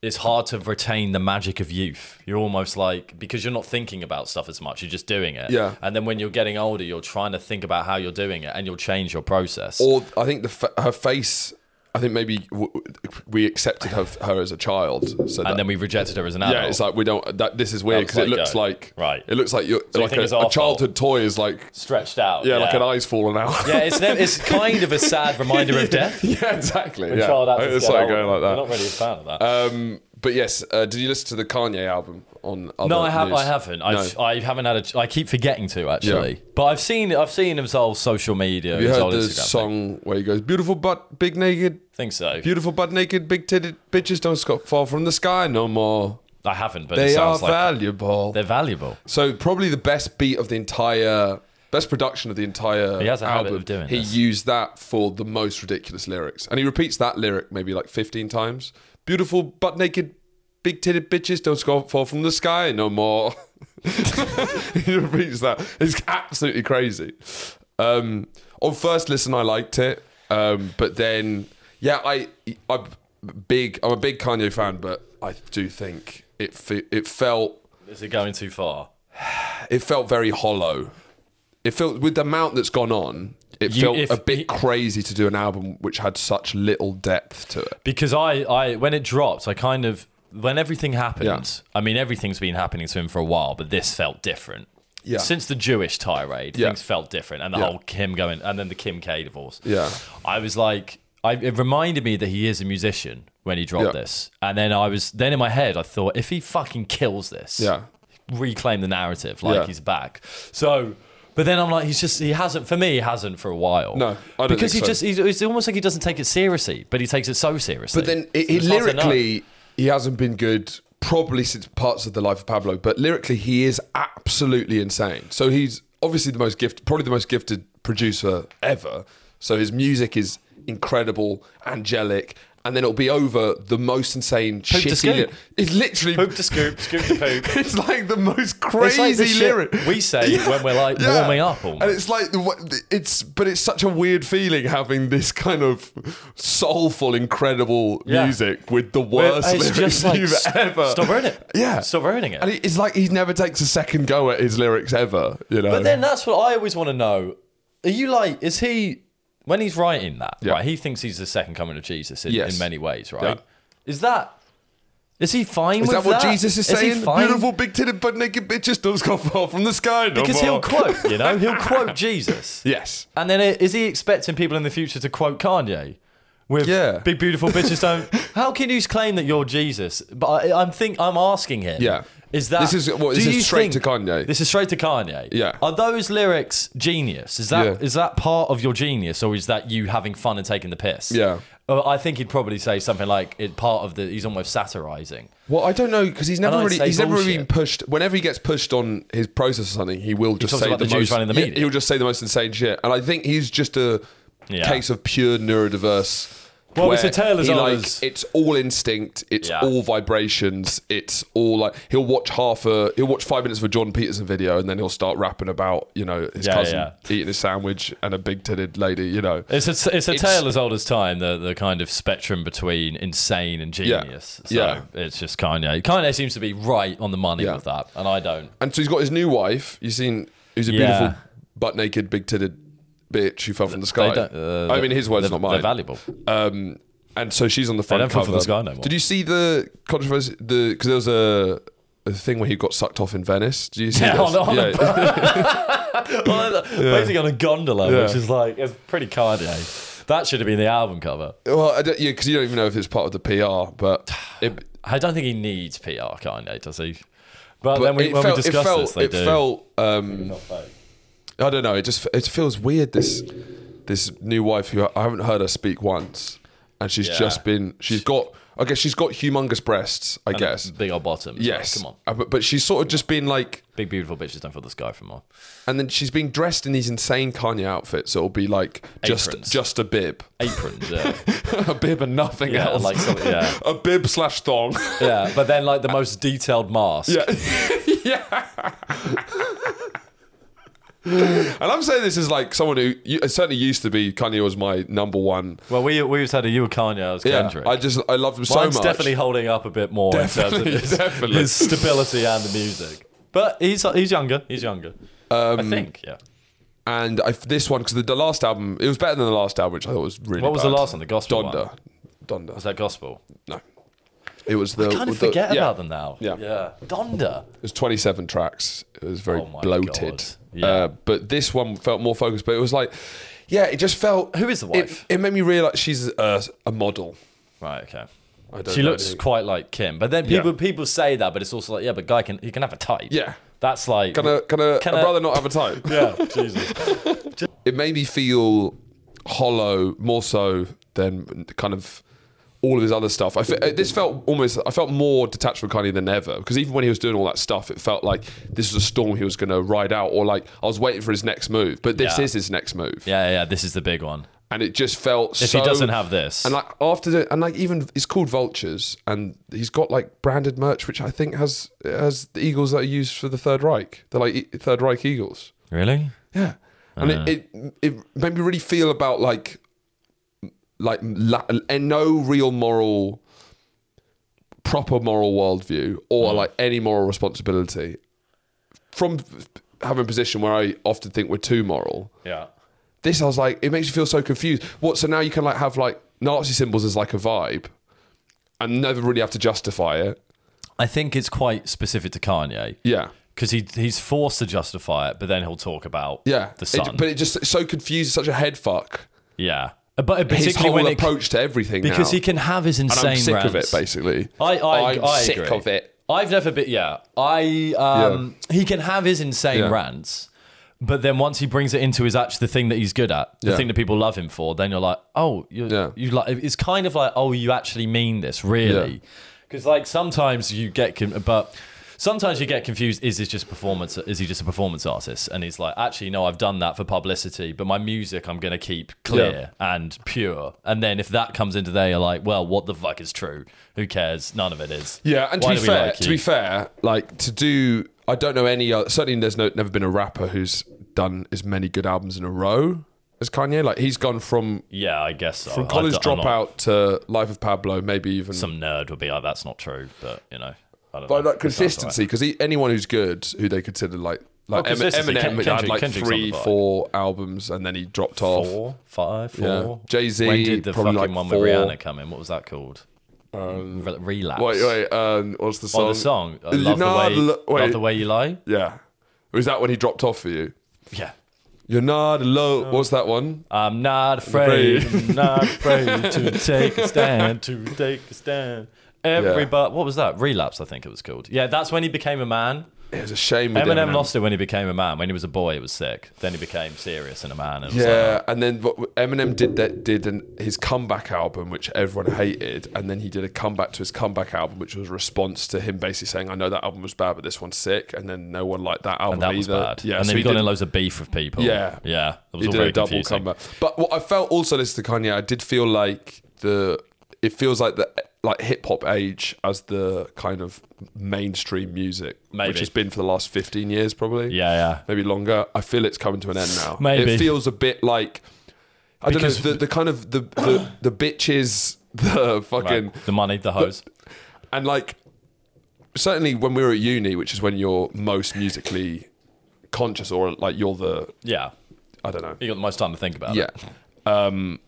S2: it's hard to retain the magic of youth. You're almost like because you're not thinking about stuff as much; you're just doing it.
S1: Yeah.
S2: And then when you're getting older, you're trying to think about how you're doing it, and you'll change your process.
S1: or I think the fa- her face. I think maybe w- w- we accepted her, her as a child, so that,
S2: and then we rejected her as an adult.
S1: yeah, it's like we don't. That this is weird
S2: That was
S1: because it
S2: like,
S1: looks
S2: uh,
S1: like
S2: right.
S1: It looks like you're
S2: you
S1: like
S2: think
S1: a,
S2: it's our
S1: a childhood toy is like
S2: stretched out.
S1: yeah, like an eyes falling out.
S2: Yeah, it's nev- it's kind of a sad reminder of death.
S1: yeah, exactly. Yeah,
S2: Child actors
S1: it's
S2: get
S1: like
S2: older.
S1: going like
S2: I'm not
S1: that.
S2: really a fan of that.
S1: Um, but yes, uh, did you listen to the Kanye album on? Other
S2: No, I have.
S1: news?
S2: I haven't. I've, I haven't had a. ch- I keep forgetting to actually.
S1: Yeah.
S2: But I've seen. I've seen his whole social media.
S1: You
S2: his
S1: heard
S2: whole
S1: the
S2: Instagram thing.
S1: song where he goes, "Beautiful butt, big naked,
S2: think so.
S1: beautiful butt naked, big titted bitches don't sc- fall from the sky no more.
S2: I haven't. But it
S1: They are
S2: sounds like
S1: valuable."
S2: they're valuable.
S1: So probably the best beat of the entire, best production of the entire
S2: He has a habit
S1: album.
S2: of doing
S1: he
S2: this.
S1: used that for the most ridiculous lyrics, and he repeats that lyric maybe like fifteen times. Beautiful butt naked, big titted bitches don't sc- fall from the sky no more. he repeats that. It's absolutely crazy. Um, on first listen, I liked it, um, but then yeah, I I'm big. I'm a big Kanye fan, but I do think it fe- it felt
S2: Is it going too far?
S1: it felt very hollow. It felt with the amount that's gone on, it
S2: You-
S1: felt
S2: if-
S1: a bit crazy to do an album which had such little depth to it.
S2: Because I, I when it dropped, I kind of when everything happened. I mean, everything's been happening to him for a while, but this felt different.
S1: Yeah.
S2: Since the Jewish tirade,
S1: Yeah.
S2: things felt different, and the
S1: Yeah.
S2: whole Kim going, and then the Kim K divorce.
S1: Yeah.
S2: I was like, I, it reminded me that he is a musician when he dropped
S1: Yeah.
S2: this, and then I was then in my head, I thought, if he fucking kills this,
S1: Yeah.
S2: reclaim the narrative, like
S1: Yeah.
S2: he's back. So. But then I'm like, he's just, he hasn't, for me, he hasn't for a while.
S1: No, I don't
S2: Because
S1: think so.
S2: he just, he's, it's almost like he doesn't take it seriously, but he takes it so seriously.
S1: But then it,
S2: So
S1: it
S2: it's hard to know.
S1: lyrically, he hasn't been good probably since parts of the life of Pablo. But lyrically, he is absolutely insane. So he's obviously the most gifted, probably the most gifted producer ever. So his music is incredible, angelic, and then it'll be over the most insane
S2: to
S1: shitty.
S2: scoop.
S1: Li- it's literally
S2: Poop to scoop, scoop to poop.
S1: it's like the most
S2: It's
S1: crazy
S2: like the shit
S1: lyric.
S2: we say when we're like
S1: Yeah.
S2: warming up almost.
S1: and it's like the wa- it's but it's such a weird feeling having this kind of soulful, incredible
S2: Yeah.
S1: music with the worst
S2: it's
S1: lyrics
S2: just like
S1: you've
S2: st-
S1: ever.
S2: stop ruining it.
S1: Yeah.
S2: Stop ruining it.
S1: And it- it's like he never takes a second go at his lyrics ever. You know.
S2: But then that's what I always want to know. Are you like, is he, when he's writing that,
S1: Yeah.
S2: right, he thinks he's the second coming of Jesus in,
S1: Yes.
S2: in many ways, right?
S1: Yeah.
S2: Is that, is he fine
S1: is
S2: with
S1: that what Jesus is,
S2: He
S1: saying?
S2: fine?
S1: Beautiful big titted butt naked bitches don't come fall from the sky no
S2: Because he'll
S1: more.
S2: quote, you know, he'll quote Jesus.
S1: Yes.
S2: And then i- is he expecting people in the future to quote Kanye? With
S1: Yeah.
S2: big beautiful bitches don't. How can you claim that you're Jesus? But I, I'm think I'm asking him.
S1: Yeah.
S2: is that
S1: This is- what,
S2: do
S1: this is
S2: you
S1: straight
S2: think-
S1: to Kanye?
S2: This is straight to Kanye.
S1: Yeah.
S2: are those lyrics genius? Is that is
S1: Yeah.
S2: that part of your genius, or is that you having fun and taking the piss?
S1: Yeah.
S2: Uh, I think he'd probably say something like it part of the. He's almost satirizing.
S1: Well, I don't know because he's never
S2: I'd
S1: really
S2: say
S1: he's never really
S2: bullshit.
S1: been pushed. Whenever he gets pushed on his process or something, he will just
S2: talks
S1: say
S2: about
S1: the,
S2: the Jews
S1: most.
S2: running the
S1: yeah,
S2: media.
S1: he'll just say the most insane shit, and I think he's just a
S2: Yeah.
S1: case of pure neurodiverse.
S2: Well, it's
S1: where
S2: a tale as
S1: he,
S2: old
S1: like,
S2: as-
S1: It's all instinct. It's
S2: Yeah.
S1: all vibrations. It's all like he'll watch half a he'll watch five minutes of a John Peterson video, and then he'll start rapping about you know his
S2: Yeah,
S1: cousin
S2: yeah.
S1: eating a sandwich and a big titted lady. You know,
S2: It's a, it's a
S1: It's-
S2: tale as old as time, the, the kind of spectrum between insane and genius.
S1: Yeah.
S2: So it's just Kanye. Kanye seems to be right on the money
S1: Yeah.
S2: with that, and I don't.
S1: and so he's got his new wife. You've seen who's a
S2: Yeah.
S1: beautiful butt naked big titted. Bitch who fell from the sky.
S2: They don't uh,
S1: I mean, his words,
S2: they're-
S1: not mine.
S2: They're valuable.
S1: Um, and so she's on the front
S2: don't fall
S1: cover.
S2: from the sky no more.
S1: Did you see the controversy? The because there was a, a thing where he got sucked off in Venice. Did you see
S2: Yeah,
S1: this?
S2: on- on a
S1: yeah.
S2: Well, Basically on a gondola,
S1: Yeah.
S2: which is like, it's pretty Kanye. That should have been the album cover.
S1: well, I don't, yeah, because you don't even know if it's part of the PR, but it,
S2: I don't think he needs PR, Kanye, does he? But,
S1: but
S2: then we,
S1: it
S2: when
S1: felt,
S2: we
S1: it
S2: discuss
S1: felt,
S2: this, they
S1: it
S2: do.
S1: felt. Um, I don't know. It just it feels weird. This this new wife who I haven't heard her speak once, and she's
S2: Yeah.
S1: just been. She's got. I guess she's got humongous breasts. I guess.
S2: Big old bottoms. like,
S1: yes.
S2: come on.
S1: Uh, But, but she's sort of just been like.
S2: Big beautiful bitches don't fall the sky from more.
S1: and then she's being dressed in these insane Kanye outfits. It'll be like just
S2: Aprons.
S1: just a bib,
S2: Aprons, yeah.
S1: a bib and nothing
S2: Yeah,
S1: else.
S2: like some- yeah.
S1: a bib slash thong.
S2: yeah. But then like the most detailed mask.
S1: yeah, yeah. and I'm saying this is like someone who you, it certainly used to be Kanye was my number one.
S2: Well, we we said you were Kanye, I was
S1: Yeah,
S2: Kendrick.
S1: I just I loved him so
S2: Mine's
S1: much.
S2: definitely holding up a bit more in
S1: Definitely,
S2: terms of his,
S1: definitely.
S2: his stability and the music. But he's he's younger. He's younger.
S1: Um,
S2: I think. Yeah.
S1: and I, this one because the, the last album it was better than the last album, which I thought was really.
S2: What was the
S1: bad.
S2: last one? The gospel one?
S1: Donda, Donda.
S2: Was that gospel?
S1: No, it was the.
S2: I kind of
S1: the-
S2: forget
S1: Uh, yeah.
S2: about them now.
S1: Yeah.
S2: Yeah. Donda.
S1: It was 27 tracks. It was very
S2: Oh my
S1: bloated.
S2: God. Yeah.
S1: Uh, but this one felt more focused. But it was like, yeah, it just felt.
S2: Who is the
S1: it-
S2: wife?
S1: It, made me realize she's a, a model.
S2: Right. Okay.
S1: I don't
S2: she
S1: know
S2: looks
S1: who-
S2: quite like Kim, but then people people say that, but it's also like yeah, but guy can he can have a type.
S1: Yeah.
S2: That's like
S1: Can a, can a,
S2: Can
S1: a
S2: a-
S1: brother not have a time?
S2: yeah. Jesus.
S1: it made me feel hollow more so than kind of all of his other stuff. I fe- uh, this felt almost I felt more detached from Kanye than ever because even when he was doing all that stuff, it felt like this was a storm he was going to ride out, or like I was waiting for his next move. But this
S2: Yeah.
S1: is his next move,
S2: Yeah. Yeah. This is the big one.
S1: and it just felt
S2: If
S1: so.
S2: he doesn't have this,
S1: And like after the, and like even it's called Vultures, and he's got like branded merch, which I think has has the eagles that are used for the Third Reich. They're like E- Third Reich eagles.
S2: really.
S1: Yeah, and
S2: Uh.
S1: it, it it made me really feel about like like la- and no real moral, proper moral worldview or
S2: Mm.
S1: like any moral responsibility from having a position where I often think we're too moral
S2: Yeah.
S1: this I was like, it makes you feel so confused. What? So now you can like have like Nazi symbols as like a vibe, and never really have to justify it.
S2: I think it's quite specific to Kanye.
S1: Yeah,
S2: because he he's forced to justify it, but then he'll talk about
S1: yeah.
S2: the sun.
S1: It, but it just it's so confused. It's such a head fuck.
S2: yeah, but
S1: His
S2: particularly
S1: whole
S2: when it,
S1: approach to everything
S2: because
S1: now.
S2: he can have his
S1: and
S2: insane.
S1: I'm sick of it.
S2: rants.
S1: Basically,
S2: I, I,
S1: am
S2: I
S1: sick
S2: agree.
S1: of it.
S2: I've never been. Yeah, I. Um, He can have his insane
S1: Yeah.
S2: rants, but then once he brings it into his actual the thing that he's good at, the
S1: Yeah.
S2: thing that people love him for, then you're like, oh, you
S1: Yeah.
S2: you like. It's kind of like, oh, you actually mean this, really? Because like sometimes you get, con- but. sometimes you get confused. Is this just performance? Is he just a performance artist? And he's like, actually, no, I've done that for publicity, but my music I'm gonna keep clear and pure. And then if that comes into there, you're like, well, what the fuck is true? Who cares? None of it is.
S1: Yeah, and to
S2: Why
S1: be
S2: do we
S1: fair,
S2: like
S1: to
S2: you?
S1: be fair, like to do, I don't know any. Other, certainly, there's no never been a rapper who's done as many good albums in a row as Kanye. Like he's gone from
S2: yeah, I guess so.
S1: from
S2: I
S1: College
S2: don't- I'm not-
S1: Dropout to Life of Pablo, maybe even
S2: Some nerd would be like, that's not true, but you know, I don't know.
S1: by that
S2: It sounds all right.
S1: consistency. Because anyone who's good, who they consider like like
S2: Oh,
S1: Em-
S2: consistency.
S1: Eminem,
S2: Ken-
S1: he had
S2: Kendrick-
S1: like
S2: Kendrick's
S1: three,
S2: on the vibe.
S1: four albums, and then he dropped off.
S2: Four, five, four.
S1: Yeah. Jay-Z,
S2: When did the
S1: probably
S2: fucking
S1: like
S2: one
S1: four.
S2: with Rihanna come in? What was that called? Um, Relapse.
S1: Wait, wait, um, what's the song?
S2: Oh, the song. I
S1: You
S2: love,
S1: know, I'd
S2: the way,
S1: lo- wait.
S2: love the way you lie.
S1: Yeah, was that when he dropped off for you?
S2: Yeah.
S1: You're not alone. What's that one?
S2: I'm not afraid.
S1: Afraid.
S2: I'm not afraid to take a stand. To take a stand. Everybody. What was that? Relapse, I think it was called. Yeah, that's when he became a man.
S1: It was a shame. with
S2: Eminem lost it when he became a man. When he was a boy, it was sick. Then he became serious and a man. And it was like,
S1: Yeah, and then what Eminem did that did an, his comeback album, which everyone hated, and then he did a comeback to his comeback album, which was a response to him basically saying, "I know that album was bad, but this one's sick," and then no one liked that album
S2: and that was
S1: either.
S2: bad.
S1: Yeah,
S2: and
S1: so
S2: then he, got
S1: did,
S2: in loads of beef with people.
S1: Yeah.
S2: Yeah. It was
S1: he
S2: all
S1: did
S2: very
S1: a double
S2: confusing.
S1: comeback. But what I felt also listening to Kanye, I did feel like the it feels like the like hip hop age as the kind of mainstream music,
S2: Maybe.
S1: which has been for the last fifteen years, probably.
S2: Yeah, yeah.
S1: maybe longer. I feel it's coming to an end now.
S2: Maybe.
S1: it feels a bit like I
S2: Because-
S1: don't know the, the kind of the the, the bitches, the fucking
S2: Right. The money, the hose.
S1: and like certainly when we were at uni, which is when you're most musically conscious or like you're the
S2: Yeah.
S1: I don't know
S2: You got the most time to think about
S1: yeah
S2: it.
S1: um,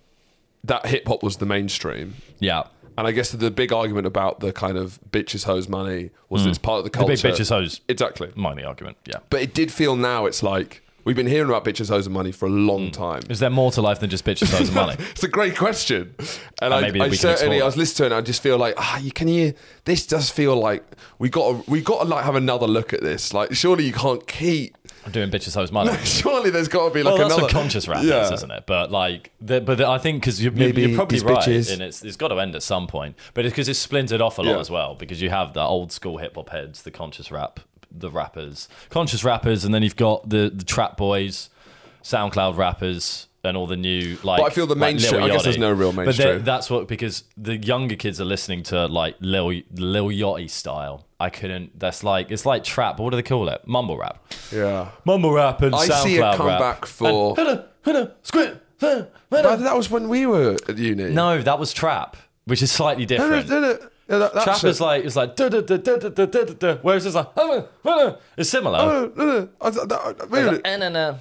S1: that hip hop was the mainstream.
S2: Yeah.
S1: And I guess the big argument about the kind of bitches hose money was that it's part of the
S2: Mm. The
S1: culture.
S2: big bitches hose.
S1: Exactly.
S2: Mind the argument. Yeah.
S1: But it did feel now it's like we've been hearing about bitches hose and money for a
S2: Mm.
S1: long time.
S2: Is there more to life than just bitches, hoes, and money?
S1: It's a great question, and, I,
S2: Uh, maybe
S1: I
S2: we can
S1: certainly
S2: explore
S1: I was listening. and I just feel like ah, you can hear this. Does feel like we got to, we got to like have another look at this. Like surely you can't keep.
S2: I'm doing bitches, hoes, money.
S1: Surely there's got to be like
S2: well, that's
S1: another
S2: what conscious rap is, isn't it? But like, the, but the, I think because you're,
S1: Maybe
S2: you're probably
S1: these
S2: right,
S1: bitches-
S2: and it's it's got to end at some point. But it's because it's splintered off a lot
S1: Yeah.
S2: as well, because you have the old school hip hop heads, the conscious rap, the rappers, conscious rappers, and then you've got the the trap boys, SoundCloud rappers. And all the new like,
S1: But I feel the
S2: like Lil
S1: mainstream- I guess
S2: Yachty.
S1: there's no real
S2: But they're-
S1: mainstream.
S2: that's what because the younger kids are listening to like Lil Lil Yachty style. I couldn't. That's like it's like trap. What do they call it? Mumble rap.
S1: Yeah.
S2: Mumble rap and
S1: I
S2: SoundCloud
S1: see a
S2: rap.
S1: comeback for-
S2: And, "Hudda, hudda, squid, hudda,
S1: But
S2: hudda."
S1: that was when we were at uni.
S2: No, that was trap, which is slightly
S1: No, no,
S2: different.
S1: no, no. Yeah, that- that's
S2: Trap
S1: it.
S2: is like it's like duh, duh, duh, duh, duh, duh, duh, duh, duh, whereas it's like "Hudda, hudda." it's similar.
S1: No, no, no. I, th- that- wait a
S2: It's, like,
S1: minute.
S2: "Eh, nah, nah."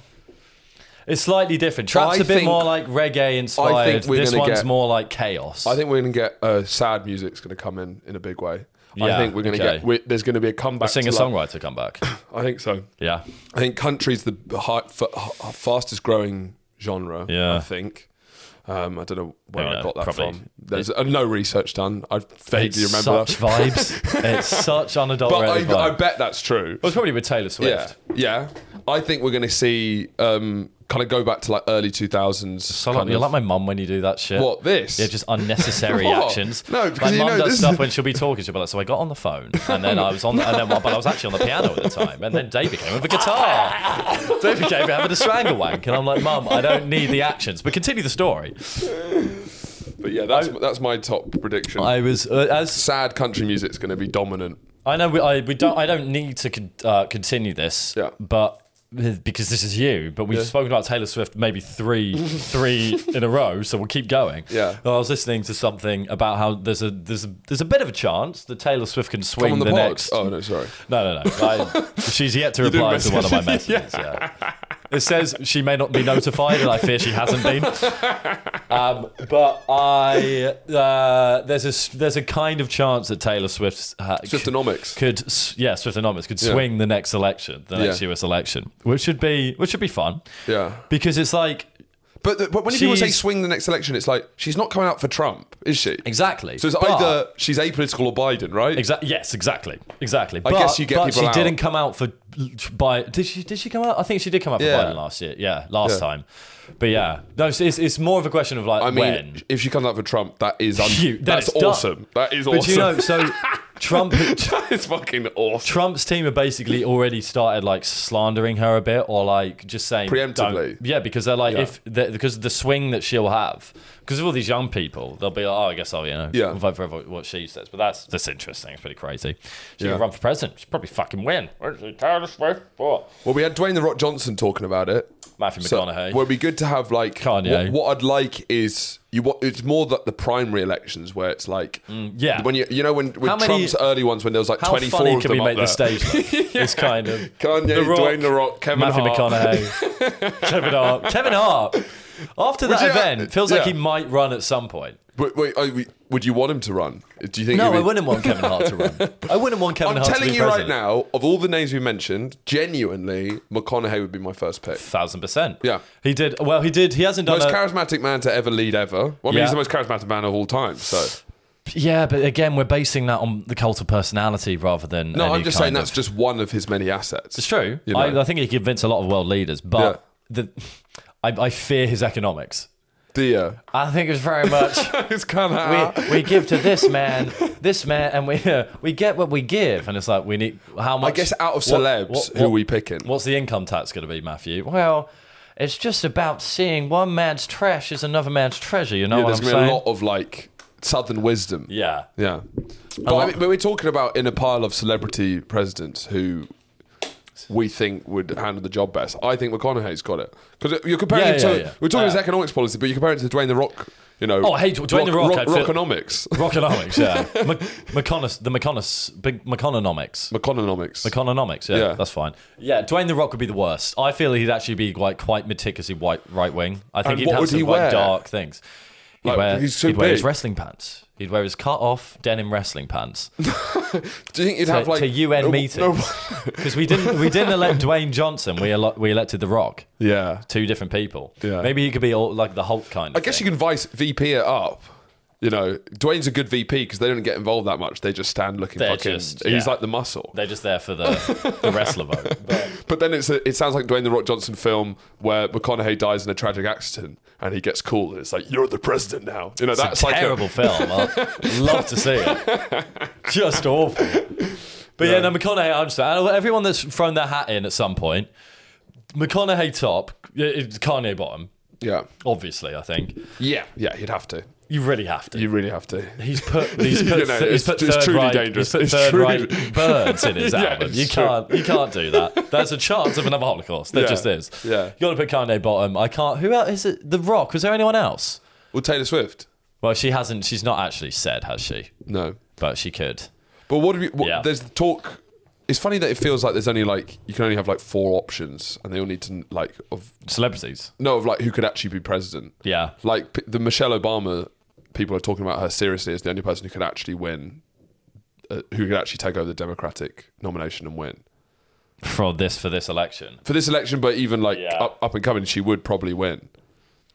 S2: It's slightly different. Trap's
S1: I
S2: a bit
S1: think-
S2: more like reggae
S1: I
S2: inspired.
S1: think we're
S2: This
S1: gonna
S2: one's
S1: get-
S2: more like chaos.
S1: I think we're gonna get uh, sad music's gonna come in in a big way.
S2: Yeah,
S1: I think we're gonna
S2: okay.
S1: get we there's gonna be a comeback.
S2: Singer
S1: to like-
S2: songwriter come back.
S1: I think so.
S2: Yeah.
S1: I think country's the hi- f- h- fastest growing genre.
S2: Yeah.
S1: I think. Um, I don't know where
S2: I
S1: I,
S2: know,
S1: got that
S2: probably.
S1: from. There's uh, no research done. I
S2: It's
S1: vaguely remember
S2: such
S1: that.
S2: vibes. It's such
S1: But I,
S2: unadulterated
S1: I
S2: vibes.
S1: bet that's true.
S2: It was probably with Taylor Swift.
S1: Yeah, yeah. I think we're going to see um, kind of go back to like early two thousands.
S2: So like, you're like my mum when you do that shit.
S1: what this?
S2: Yeah, just unnecessary
S1: What?
S2: actions.
S1: No, because
S2: my
S1: you
S2: mum
S1: know
S2: does
S1: this-
S2: stuff when she'll be talking. She'll be like, "So I got on the phone, and then I was on, the, and then but I was actually on the piano at the time, and then David came with a guitar. David came having a strangle wank, and I'm like, "Mum, I don't need the actions, but continue the story."
S1: but yeah, that's that's my top prediction.
S2: I was uh, as
S1: Sad country music's going to be dominant.
S2: I know we, I we don't I don't need to con- uh, continue this,
S1: Yeah.
S2: but. Because this is you, but we've spoken about Taylor Swift maybe three, three in a row, so we'll keep going.
S1: Yeah.
S2: I was listening to something about how there's a there's a, there's a bit of a chance that Taylor Swift can swing
S1: on the,
S2: the
S1: pod.
S2: next
S1: Oh no, sorry.
S2: No, no, no. I, she's yet to reply to
S1: message-
S2: one of my messages. yeah. It says she may not be notified, and I fear she hasn't been. Um, but I uh, there's a s- there's a kind of chance that Taylor Swift's uh,
S1: Swiftonomics.
S2: could s- yeah Swiftonomics could swing the next election, the next
S1: Yeah.
S2: U.S. election, which should be which should be fun.
S1: Yeah.
S2: because it's like
S1: But, the- but when people say
S2: She's-
S1: swing the next election, it's like she's not coming out for Trump, is she?
S2: exactly.
S1: So it's
S2: But-
S1: either she's apolitical or Biden, right?
S2: Exactly. Yes. Exactly. Exactly. I
S1: guess you get
S2: but
S1: people
S2: she
S1: out.
S2: didn't come out for by. Did she? Did she come out? I think she did come out for
S1: Yeah.
S2: Biden last year. Yeah, last
S1: Yeah.
S2: time. But yeah, no. It's, it's, it's more of a question of like
S1: I mean,
S2: when.
S1: if she comes out for Trump, that is un-
S2: Phew, then
S1: that's
S2: it's done.
S1: awesome. That is
S2: But
S1: awesome.
S2: you know, so Trump
S1: it's fucking awesome.
S2: Trump's team have basically already started like slandering her a bit, or like just saying
S1: Preemptively.
S2: "Don't-" Yeah, because they're like
S1: Yeah.
S2: if they because the swing that she'll have, because of all these young people, they'll be like, oh, I guess I'll you know
S1: Yeah.
S2: vote for what- what she says. But that's that's interesting. It's pretty crazy. She
S1: Yeah.
S2: can run for president. She probably fucking win. Where's the Taylor Swift for?
S1: Well, we had Dwayne the Rock Johnson talking about it.
S2: Matthew
S1: So,
S2: McConaughey.
S1: well, it'd be good to have like
S2: Kanye.
S1: What, what I'd like is you. What it's more that the primary elections where it's like
S2: Mm, yeah.
S1: when you you know when, when
S2: How many-
S1: Trump's early ones when there was like
S2: How
S1: twenty four
S2: funny
S1: of
S2: can
S1: them
S2: we
S1: up
S2: make
S1: there.
S2: the stage? Look? It's kind of
S1: Kanye,
S2: The Rock,
S1: Dwayne the Rock, Kevin
S2: Matthew
S1: Hart.
S2: McConaughey, Kevin Hart. Kevin Hart. After that
S1: you- uh,
S2: event, it feels like
S1: yeah.
S2: he might run at some point.
S1: Wait, wait, oh, we- would you want him to run? Do you think?
S2: No,
S1: he'd
S2: I
S1: be-
S2: wouldn't want Kevin Hart to run. I wouldn't want Kevin
S1: I'm
S2: Hart to
S1: telling
S2: be
S1: you right
S2: president.
S1: now, of all the names we mentioned, genuinely McConaughey would be my first pick.
S2: Thousand percent.
S1: Yeah.
S2: he did. Well, he did. He hasn't done.
S1: Most
S2: A,
S1: charismatic man to ever lead ever. Well, I mean,
S2: Yeah.
S1: he's the most charismatic man of all time. So
S2: yeah, but again, we're basing that on the cult of personality rather than.
S1: no,
S2: any
S1: I'm just
S2: kind
S1: saying
S2: of-
S1: that's just one of his many assets.
S2: It's true.
S1: You know.
S2: I, I think he convinced a lot of world leaders, but the, I, I fear his economics.
S1: Dear,
S2: I think it's very much.
S1: it's kind of
S2: we, we give to this man, this man, and we we get what we give. And it's like we need how much.
S1: I guess out of
S2: what-
S1: celebs,
S2: what-
S1: who are
S2: what-
S1: we picking?
S2: What's the income tax going to be, Matthew? Well, it's just about seeing one man's trash is another man's treasure. You know
S1: Yeah,
S2: what
S1: there's
S2: I'm
S1: going to be
S2: saying?
S1: a lot of like southern wisdom.
S2: yeah.
S1: Yeah. But, I mean, but we're talking about in a pile of celebrity presidents who we think would handle the job best. I think McConaughey's got it. Because you're comparing
S2: Yeah,
S1: it
S2: yeah,
S1: to,
S2: yeah.
S1: we're talking his
S2: Yeah.
S1: economics policy, but you're comparing it to Dwayne The Rock, you know.
S2: Oh, hey, Dwayne The Rock, I feel-
S1: Rockonomics.
S2: Rockonomics, yeah. Mc, McConos, the McConos, big McCononomics.
S1: McConomics.
S2: Economics, yeah,
S1: Yeah.
S2: that's fine. Yeah, Dwayne the Rock would be the worst. I feel he'd actually be quite quite meticulously white right wing. I think
S1: And
S2: he'd
S1: what
S2: have
S1: would
S2: some
S1: he
S2: quite
S1: wear?
S2: dark things. He'd,
S1: Like,
S2: wear,
S1: he's too
S2: he'd wear his
S1: big.
S2: wrestling pants. He'd wear his cut off denim wrestling pants
S1: Do you think you'd have
S2: to,
S1: like.
S2: to UN
S1: no-
S2: meetings because we didn't we didn't elect Dwayne Johnson. We elo- we elected The Rock.
S1: no- yeah.
S2: Two different people.
S1: Yeah.
S2: Maybe he could be all, like the Hulk kind. Of
S1: I guess you can vice VP it up. You know, Dwayne's a good VP because they don't get involved that much. They just stand looking
S2: They're
S1: fucking.
S2: just-
S1: He's
S2: yeah.
S1: like the muscle.
S2: They're just there for the the wrestler vote. But-
S1: But then it's a, it sounds like Dwayne the Rock Johnson film where McConaughey dies in a tragic accident and he gets cool and it's like you're the president now. You know that's
S2: it's a
S1: like
S2: terrible film. I'd love to see it. Just awful. But yeah, no, McConaughey, I understand. And Everyone that's thrown their hat in at some point, McConaughey top, yeah, it's Kanye bottom,
S1: A, yeah,
S2: obviously, I think.
S1: yeah, yeah. You'd have to.
S2: You really have to.
S1: You really have to.
S2: He's put, he's
S1: You
S2: put,
S1: know,
S2: th- he's
S1: it's-
S2: put
S1: it's
S2: third
S1: truly
S2: right,
S1: dangerous.
S2: He's put
S1: It's
S2: third
S1: truly-
S2: right birds in his
S1: Yeah,
S2: album.
S1: it's
S2: You
S1: true.
S2: can't, you can't do that. There's a chance of another Holocaust. There
S1: Yeah,
S2: just is.
S1: yeah.
S2: You got to put Kanye bottom. I can't. Who else is it? The Rock. Was there anyone else?
S1: Well, Taylor Swift.
S2: Well, she hasn't. She's not actually said, has she?
S1: No,
S2: but she could.
S1: but what do we? What,
S2: Yeah.
S1: There's the talk. It's funny that it feels like there's only like you can only have like four options and they all need to like of
S2: Celebrities.
S1: no of like who could actually be president.
S2: Yeah.
S1: Like p- the Michelle Obama people are talking about her seriously as the only person who could actually win, uh, who could actually take over the Democratic nomination and win.
S2: For this for this election.
S1: for this election, but even like
S2: Yeah.
S1: up, up and coming, she would probably win.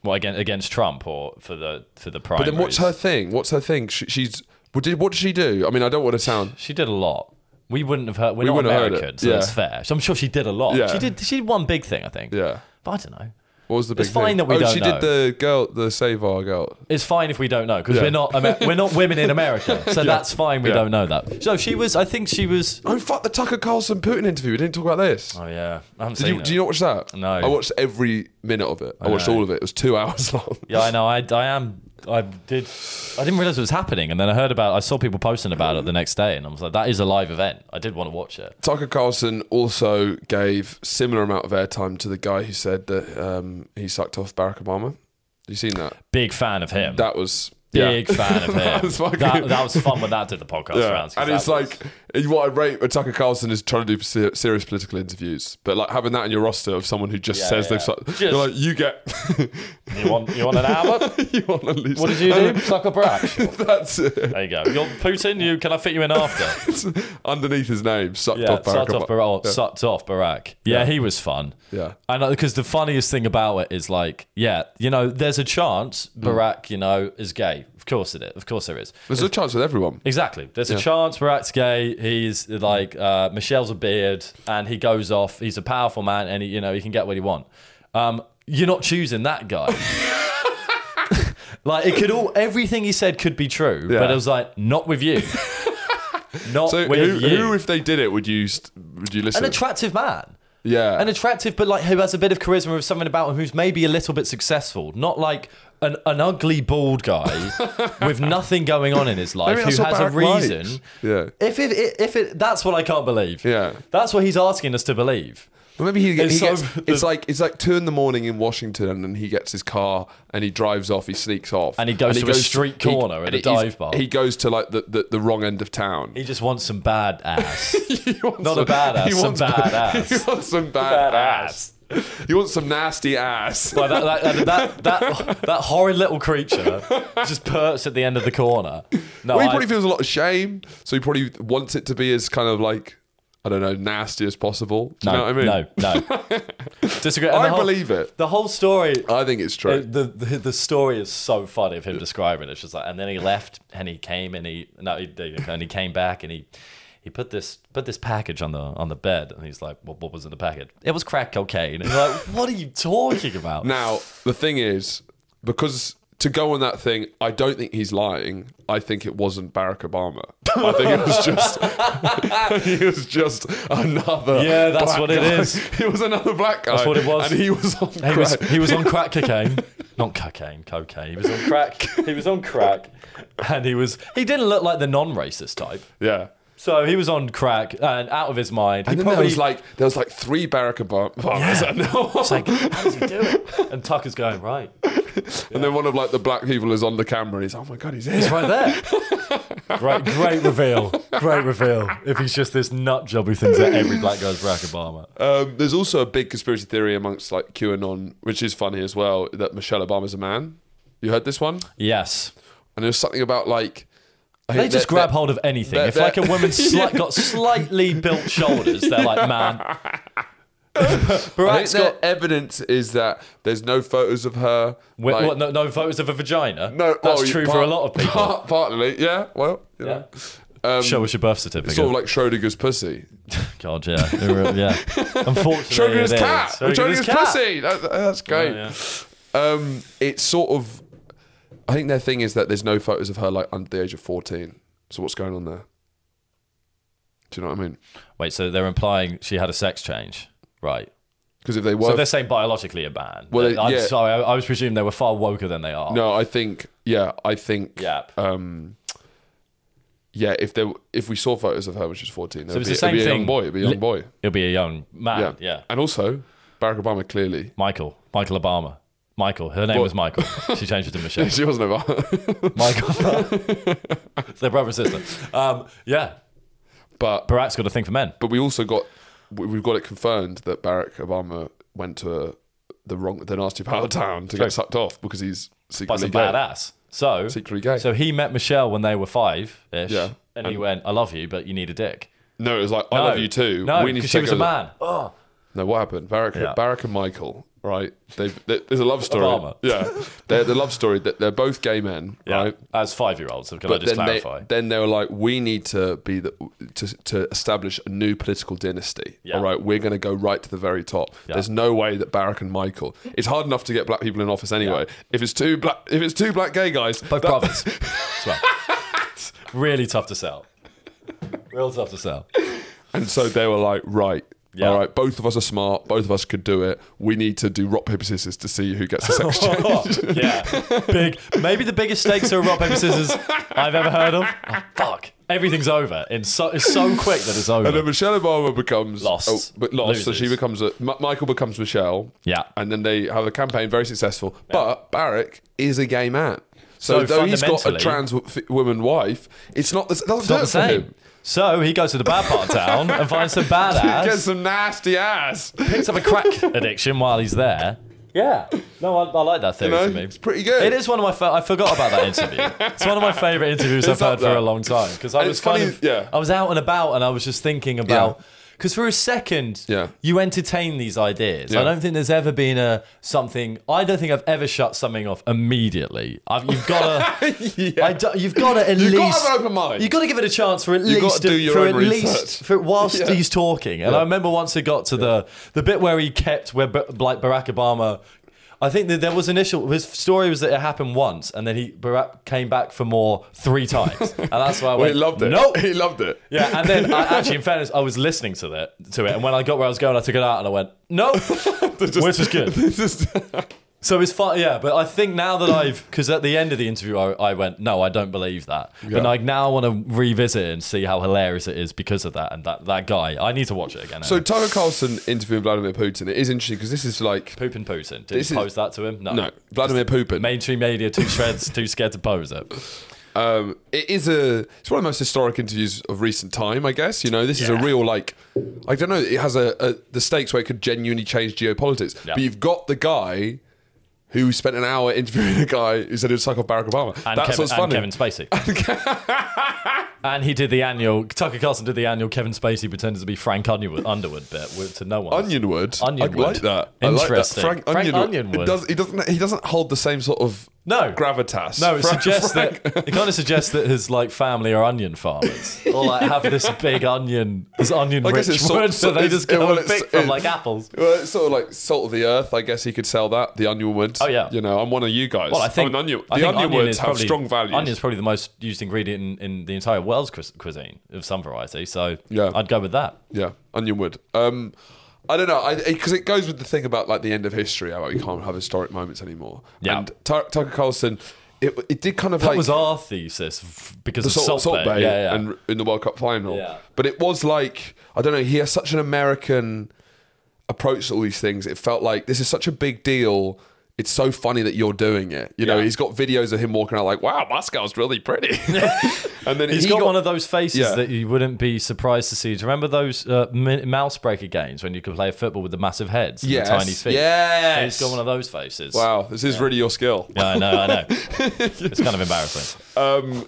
S2: Well again against Trump or for the for the
S1: But
S2: primaries.
S1: then what's her thing? What's her thing? She, she's what did what did she do? I mean, I don't want to sound.
S2: She did a lot. We wouldn't have heard we're not
S1: wouldn't have heard
S2: American,
S1: it.
S2: so
S1: Yeah.
S2: that's fair. So I'm sure she did a lot.
S1: Yeah.
S2: She did she did one big thing, I think.
S1: Yeah,
S2: But I don't know.
S1: what was the big?
S2: It's fine
S1: thing?
S2: that we
S1: oh,
S2: don't
S1: She
S2: know.
S1: did the girl, the Save Our Girl.
S2: It's fine if we don't know because
S1: Yeah.
S2: we're not Amer- we're not women in America, so that's fine. We
S1: Yeah.
S2: don't know that. So she was. I think she was.
S1: Oh fuck! The Tucker Carlson Putin interview. We didn't talk about this.
S2: Oh yeah, I haven't
S1: Did
S2: seen
S1: you,
S2: it.
S1: do you not watch that?
S2: No.
S1: I watched every minute of it. I, watched
S2: know.
S1: all of it. It was two hours long.
S2: Yeah, I know. I, I am. I did. I didn't realize it was happening, and then I heard about. I saw people posting about it the next day, and I was like, "That is a live event." I did want to watch it.
S1: Tucker Carlson also gave similar amount of airtime to the guy who said that um, he sucked off Barack Obama. You seen that?
S2: Big fan of him.
S1: That was yeah.
S2: Big fan of him. that,
S1: was
S2: was
S1: fucking-
S2: that, was fun when that did the podcast rounds. 'cause
S1: And
S2: that
S1: it's
S2: was-
S1: like what I rate with Tucker Carlson is trying to do ser- serious political interviews, but like having that in your roster of someone who just
S2: Yeah,
S1: says
S2: yeah.
S1: they've sucked,
S2: Just-
S1: you're like you get
S2: you want you want an hour?
S1: you want to lose.
S2: What did you do? Suck a brack.
S1: That's it.
S2: There you go. You're Putin. You can I fit you in after?
S1: underneath his name, sucked
S2: Yeah,
S1: off Barack
S2: sucked off
S1: Obama.
S2: Barack. Sucked off Barack. Yeah, he was fun.
S1: Yeah.
S2: And because the funniest thing about it is like, yeah, you know, there's a chance
S1: Mm.
S2: Barack, you know, is gay. Of course it is. Of course there is.
S1: There's a chance with everyone.
S2: Exactly. There's a chance Barack's gay. He's like uh, Michelle's a beard, and he goes off. He's a powerful man, and he, you know he can get what he want. Um, you're not choosing that guy. like it could all everything he said could be true, but it was like not with you. Not
S1: So who,
S2: with you.
S1: who, if they did it, would you st- would you listen?
S2: An attractive man.
S1: yeah,
S2: An attractive, but like who has a bit of charisma of something about him who's maybe a little bit successful, not like an, an ugly bald guy with nothing going on in his life
S1: Maybe that's
S2: who
S1: what
S2: has a
S1: Barack likes.
S2: reason.
S1: Yeah.
S2: If it, it, if it, that's what I can't believe.
S1: Yeah.
S2: That's what he's asking us to believe.
S1: Well, Maybe he,
S2: It's
S1: he
S2: so-
S1: gets. It's like it's like two in the morning in Washington, and then he gets his car and he drives off. He sneaks off,
S2: And he goes to a street corner at a
S1: he- he's-
S2: dive bar.
S1: He goes to like the, the, the wrong end of town.
S2: He just wants some bad ass.
S1: He wants
S2: Not a bad ass, some bad ass.
S1: He wants some bad, ass. He wants some nasty ass.
S2: Well, that, that, that, that, that horrid little creature just perched at the end of the corner. No,
S1: well, he
S2: I-
S1: probably feels a lot of shame, so he probably wants it to be as kind of like I don't know, nasty as possible. Do
S2: no,
S1: you know what I mean?
S2: no, no. Disagree. And
S1: I
S2: the whole-
S1: believe it.
S2: The whole story.
S1: I think it's true.
S2: The, the the story is so funny of him describing it. It's just like, and then he left, and he came, and he no, he, and he came back, and he he put this put this package on the on the bed, and he's like, well, what was in the packet? It was crack cocaine. And you're like, what are you talking about?
S1: Now, the thing is, because to go on that thing, I don't think he's lying. I think it wasn't Barack Obama. I think it was just he was just another
S2: Yeah, that's
S1: black
S2: what it
S1: guy.
S2: is.
S1: He was another black guy. That's
S2: what it was.
S1: And he was on
S2: He was,
S1: crack.
S2: he was on crack cocaine. Not cocaine, cocaine. He was on crack. He was on crack. And he was he didn't look like the non-racist type.
S1: Yeah.
S2: So he was on crack and out of his mind. He
S1: And then there
S2: probably
S1: was like there was like three Barack Obam- Obamas and,
S2: it's like, how does he do it? And Tucker's going, right.
S1: and then one of like the black people is on the camera and he's oh my god he's here.
S2: It's right there. great great reveal. Great reveal. If he's just this nut job who thinks that every black guy's Barack Obama.
S1: Um, there's also a big conspiracy theory amongst like QAnon, which is funny as well, that Michelle Obama's a man. You heard this one?
S2: Yes.
S1: and there's something about like I
S2: They
S1: think
S2: just
S1: that-
S2: grab
S1: that-
S2: hold of anything.
S1: they're-
S2: if like a
S1: they're-
S2: woman's slight, got slightly built shoulders, they're like, man.
S1: I
S2: Barack's
S1: think their
S2: got
S1: evidence is that there's no photos of her.
S2: Wait,
S1: like-
S2: what, no, no photos of a vagina?
S1: no, oh,
S2: That's
S1: well,
S2: true
S1: part-
S2: for a lot of people.
S1: part- partly, yeah. Well, you know. Um,
S2: Show us your birth certificate.
S1: sort of like Schrodinger's pussy.
S2: God, yeah. They were- yeah. Unfortunately, it
S1: Schrodinger's
S2: is.
S1: cat.
S2: Schrodinger's
S1: Schrodinger's
S2: cat. Oh,
S1: pussy. That- that- that's great.
S2: Yeah.
S1: Um, it's sort of. I think their thing is that there's no photos of her like under the age of 14. So what's going on there? Do you know what I mean?
S2: Wait, so they're implying she had a sex change, right?
S1: Because if they were
S2: So they're saying biologically a man.
S1: Well,
S2: Well, I'm
S1: yeah.
S2: sorry, I, I was presuming they were far woker than they are.
S1: No, I think yeah, I think
S2: Yeah.
S1: um yeah, if there if we saw photos of her when she was 14, it would
S2: it's
S1: be,
S2: the same
S1: it'd be a young
S2: thing.
S1: boy, it'd be a
S2: Li-
S1: young boy.
S2: He'll be a young man.
S1: Yeah.
S2: Yeah.
S1: And also Barack Obama clearly
S2: Michael. Michael Obama. Michael. Her name was Michael. She changed it to Michelle.
S1: she wasn't Obama.
S2: Michael. they're brother and sister. Um, yeah.
S1: but
S2: Barack's got a thing for men.
S1: but we also got we- we've got it confirmed that Barack Obama went to a, the wrong the nasty power town to get sucked off because he's
S2: by
S1: secretly
S2: some
S1: gay.
S2: badass. So
S1: Secretly gay.
S2: So he met Michelle when they were five ish,
S1: Yeah.
S2: and he went, "I love you, but you need a dick."
S1: No, it was like I love you too.
S2: No,
S1: we need to
S2: 'cause she
S1: take
S2: was a
S1: over the-
S2: man. Oh,
S1: No, what happened? Barack,
S2: Yeah.
S1: Barack and Michael, right? They, they, there's a love story.
S2: Obama.
S1: Yeah, they're the love story that they're both gay men, right?
S2: as five year olds. Can I
S1: But
S2: just
S1: then
S2: clarify?
S1: they then they were like, we need to be the to, to establish a new political dynasty.
S2: Yeah.
S1: All right, we're going to go right to the very top. There's no way that Barack and Michael. It's hard enough to get black people in office anyway. If it's two black, if it's two black gay guys,
S2: Both
S1: that-
S2: brothers. As well. It's really tough to sell. Real tough to sell.
S1: And so they were like, right.
S2: Yeah.
S1: All right, both of us are smart. Both of us could do it. We need to do rock paper scissors to see who gets the sex change.
S2: yeah, big. Maybe the biggest stakes are rock paper scissors I've ever heard of. Oh, fuck, everything's over. It's so it's so quick that it's
S1: And then
S2: over.
S1: Michelle Obama becomes oh,
S2: Lost.
S1: but lost. So
S2: Loses.
S1: she becomes a M- Michael becomes Michelle.
S2: Yeah.
S1: and then they have a campaign very successful. But Barrack is a gay man, so,
S2: So
S1: though he's got a
S2: fundamentally-
S1: trans w- f- woman wife, it's not the, s- doesn't
S2: It's not
S1: do
S2: the
S1: it for
S2: same.
S1: him.
S2: So he goes to the bad part of town and finds some badass.
S1: He gets some nasty ass. You
S2: picks up a crack addiction while he's there. Yeah. No, I, I like that theory
S1: know?
S2: for me.
S1: It's pretty good.
S2: It is one of my. Fa- I forgot about that interview. It's one of my favorite interviews I've
S1: up
S2: heard
S1: there.
S2: for a long time because I
S1: And
S2: was
S1: it's funny-
S2: kind of.
S1: yeah.
S2: I was out and about and I was just thinking about. Because for a second,
S1: Yeah.
S2: you entertain these ideas.
S1: Yeah.
S2: I don't think there's ever been a something. I don't think I've ever shut something off immediately. I've, you've got to. I do, you've got to at
S1: You've
S2: least.
S1: got to have an open mind.
S2: You've got to give it a chance for at
S1: gotta
S2: least.
S1: do your
S2: for
S1: own
S2: at
S1: research.
S2: least for whilst he's talking. And I remember once it got to the the bit where he kept where B- like Barack Obama. I think that there was initial his story was that it happened once, and then he Barat came back for more three times, and that's why I
S1: Well,
S2: went,
S1: he loved it.
S2: Nope.
S1: he loved it.
S2: Yeah, and then I, actually, in fairness, I was listening to that to it, and when I got where I was going, I took it out and I went, "No," which is good.
S1: This is-
S2: So it's fun, yeah. But I think now that I've, because at the end of the interview, I, I went, "No, I don't believe that," but I now want to revisit it and see how hilarious it is because of that and that that guy. I need to watch it again.
S1: so
S2: So
S1: Tucker Carlson interviewing Vladimir Putin. It is interesting because this is like
S2: pooping Putin, did
S1: This
S2: you
S1: is-
S2: pose that to him? No.
S1: no Vladimir Putin.
S2: Mainstream media, two shreds, too scared to pose it.
S1: Um, it is a it's one of the most historic interviews of recent time, I guess. You know, this is a
S2: Yeah.
S1: real like I don't know. It has a, a the stakes where it could genuinely change geopolitics.
S2: Yeah.
S1: But you've got the guy who spent an hour interviewing a guy who said he would suck off Barack Obama.
S2: And,
S1: That's
S2: Kevin,
S1: what's
S2: and
S1: funny.
S2: Kevin Spacey. and he did the annual, Tucker Carlson did the annual Kevin Spacey pretended to be Frank Underwood, Underwood bit with, to no one.
S1: Onionwood.
S2: Onionwood.
S1: I like that. I like that.
S2: Interesting.
S1: Frank,
S2: Frank
S1: Onionwood.
S2: Onionwood.
S1: It does, he doesn't. He doesn't hold the same sort of
S2: No.
S1: gravitas.
S2: No, it
S1: Frank-
S2: suggests
S1: Frank-
S2: that it kind of suggests that his like family are onion farmers, or like have this big onion, this onion
S1: I
S2: rich
S1: guess
S2: wood,
S1: it's sort-
S2: so,
S1: sort-
S2: they
S1: it's-
S2: just go
S1: yeah, well,
S2: and
S1: it's-
S2: pick from
S1: it-
S2: like apples.
S1: Well, it's sort of like salt of the earth. I guess he could sell that. The onion wood.
S2: Oh, yeah.
S1: You know, I'm one of you guys.
S2: Well, I think
S1: I'm Oh, an onion. The
S2: I think
S1: onion,
S2: onion
S1: woods
S2: is
S1: have
S2: probably,
S1: strong values.
S2: Onion's probably the most used ingredient in, in the entire world's cuis- cuisine of some variety. So
S1: Yeah.
S2: I'd go with that.
S1: Yeah, onion wood. Um, I don't know because it goes with the thing about like the end of history. How we can't have historic moments anymore.
S2: Yeah.
S1: And Tucker Tucker Carlson, it, it did kind of
S2: That
S1: like
S2: was our thesis f- because of
S1: Salt,
S2: Salt,
S1: Salt Bay,
S2: Bay. Yeah, yeah.
S1: and in the World Cup final.
S2: Yeah.
S1: But it was like I don't know. He has such an American approach to all these things. It felt like this is such a big deal. It's so funny that you're doing it. You know,
S2: Yeah.
S1: he's got videos of him walking out like, "Wow, Moscow's really pretty," and then
S2: He's
S1: he
S2: got, one of those faces
S1: Yeah.
S2: that you wouldn't be surprised to see. Do you remember those uh, mi- mouse breaker games when you could play football with the massive heads and
S1: yes,
S2: the tiny feet?
S1: yes.
S2: He's got one of those faces.
S1: wow, this is really your skill.
S2: Yeah, I know, I know. it's kind of embarrassing.
S1: Um,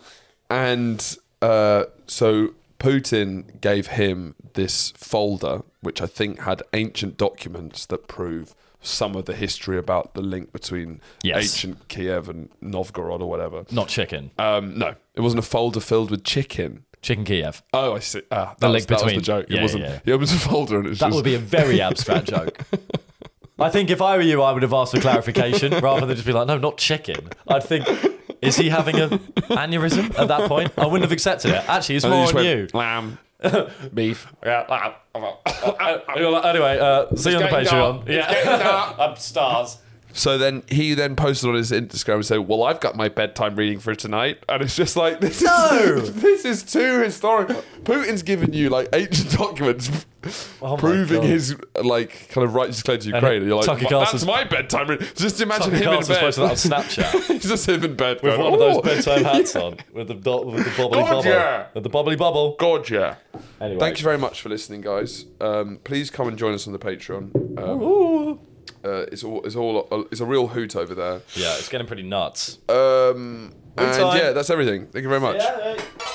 S1: and uh, so Putin gave him this folder, which I think had ancient documents that prove some of the history about the link between
S2: Yes.
S1: ancient Kiev and Novgorod or whatever.
S2: Not chicken.
S1: Um, no, it wasn't a folder filled with chicken.
S2: Chicken Kiev.
S1: Oh, I see. Ah, that, was,
S2: link
S1: that was
S2: between-
S1: the joke.
S2: yeah,
S1: it wasn't.
S2: yeah.
S1: He opens a folder and it's
S2: That
S1: just.
S2: would be a very abstract joke. I think if I were you, I would have asked for clarification rather than just be like, no, not chicken. I'd think, is he having an aneurysm at that point? I wouldn't have accepted it. Actually, it's
S1: and then
S2: more
S1: he just
S2: on
S1: went,
S2: you.
S1: Lamb, beef.
S2: Yeah. anyway, uh, see you on the
S1: getting
S2: Patreon.
S1: dark. getting
S2: Yeah.
S1: dark.
S2: I'm stars.
S1: So then he then posted on his Instagram and said, "Well, I've got my bedtime reading for tonight," and it's just like this
S2: No!
S1: is this is too historic. Putin's giving you like ancient documents
S2: Oh my
S1: proving
S2: God.
S1: his like kind of righteous claim to
S2: And
S1: Ukraine. And you're like,
S2: Tucker
S1: "Well,
S2: Carson's-
S1: "That's my bedtime reading." Just imagine
S2: Tucker
S1: him
S2: Carlson's posted
S1: in
S2: that
S1: bed.
S2: on Snapchat.
S1: He's just him in bed.
S2: With
S1: going,
S2: one of those
S1: "Oh,
S2: bedtime hats on, with the, do- with the bobbly
S1: God,
S2: bubble,
S1: yeah.
S2: with the bobbly bubble.
S1: God, yeah.
S2: Anyway,
S1: Thank you very much for listening, guys. Um, please come and join us on the Patreon. Um, uh, it's all it's all it's a real hoot over there.
S2: Yeah, it's getting pretty nuts.
S1: Um, and
S2: time.
S1: yeah, that's everything. Thank you very much.
S2: Yeah.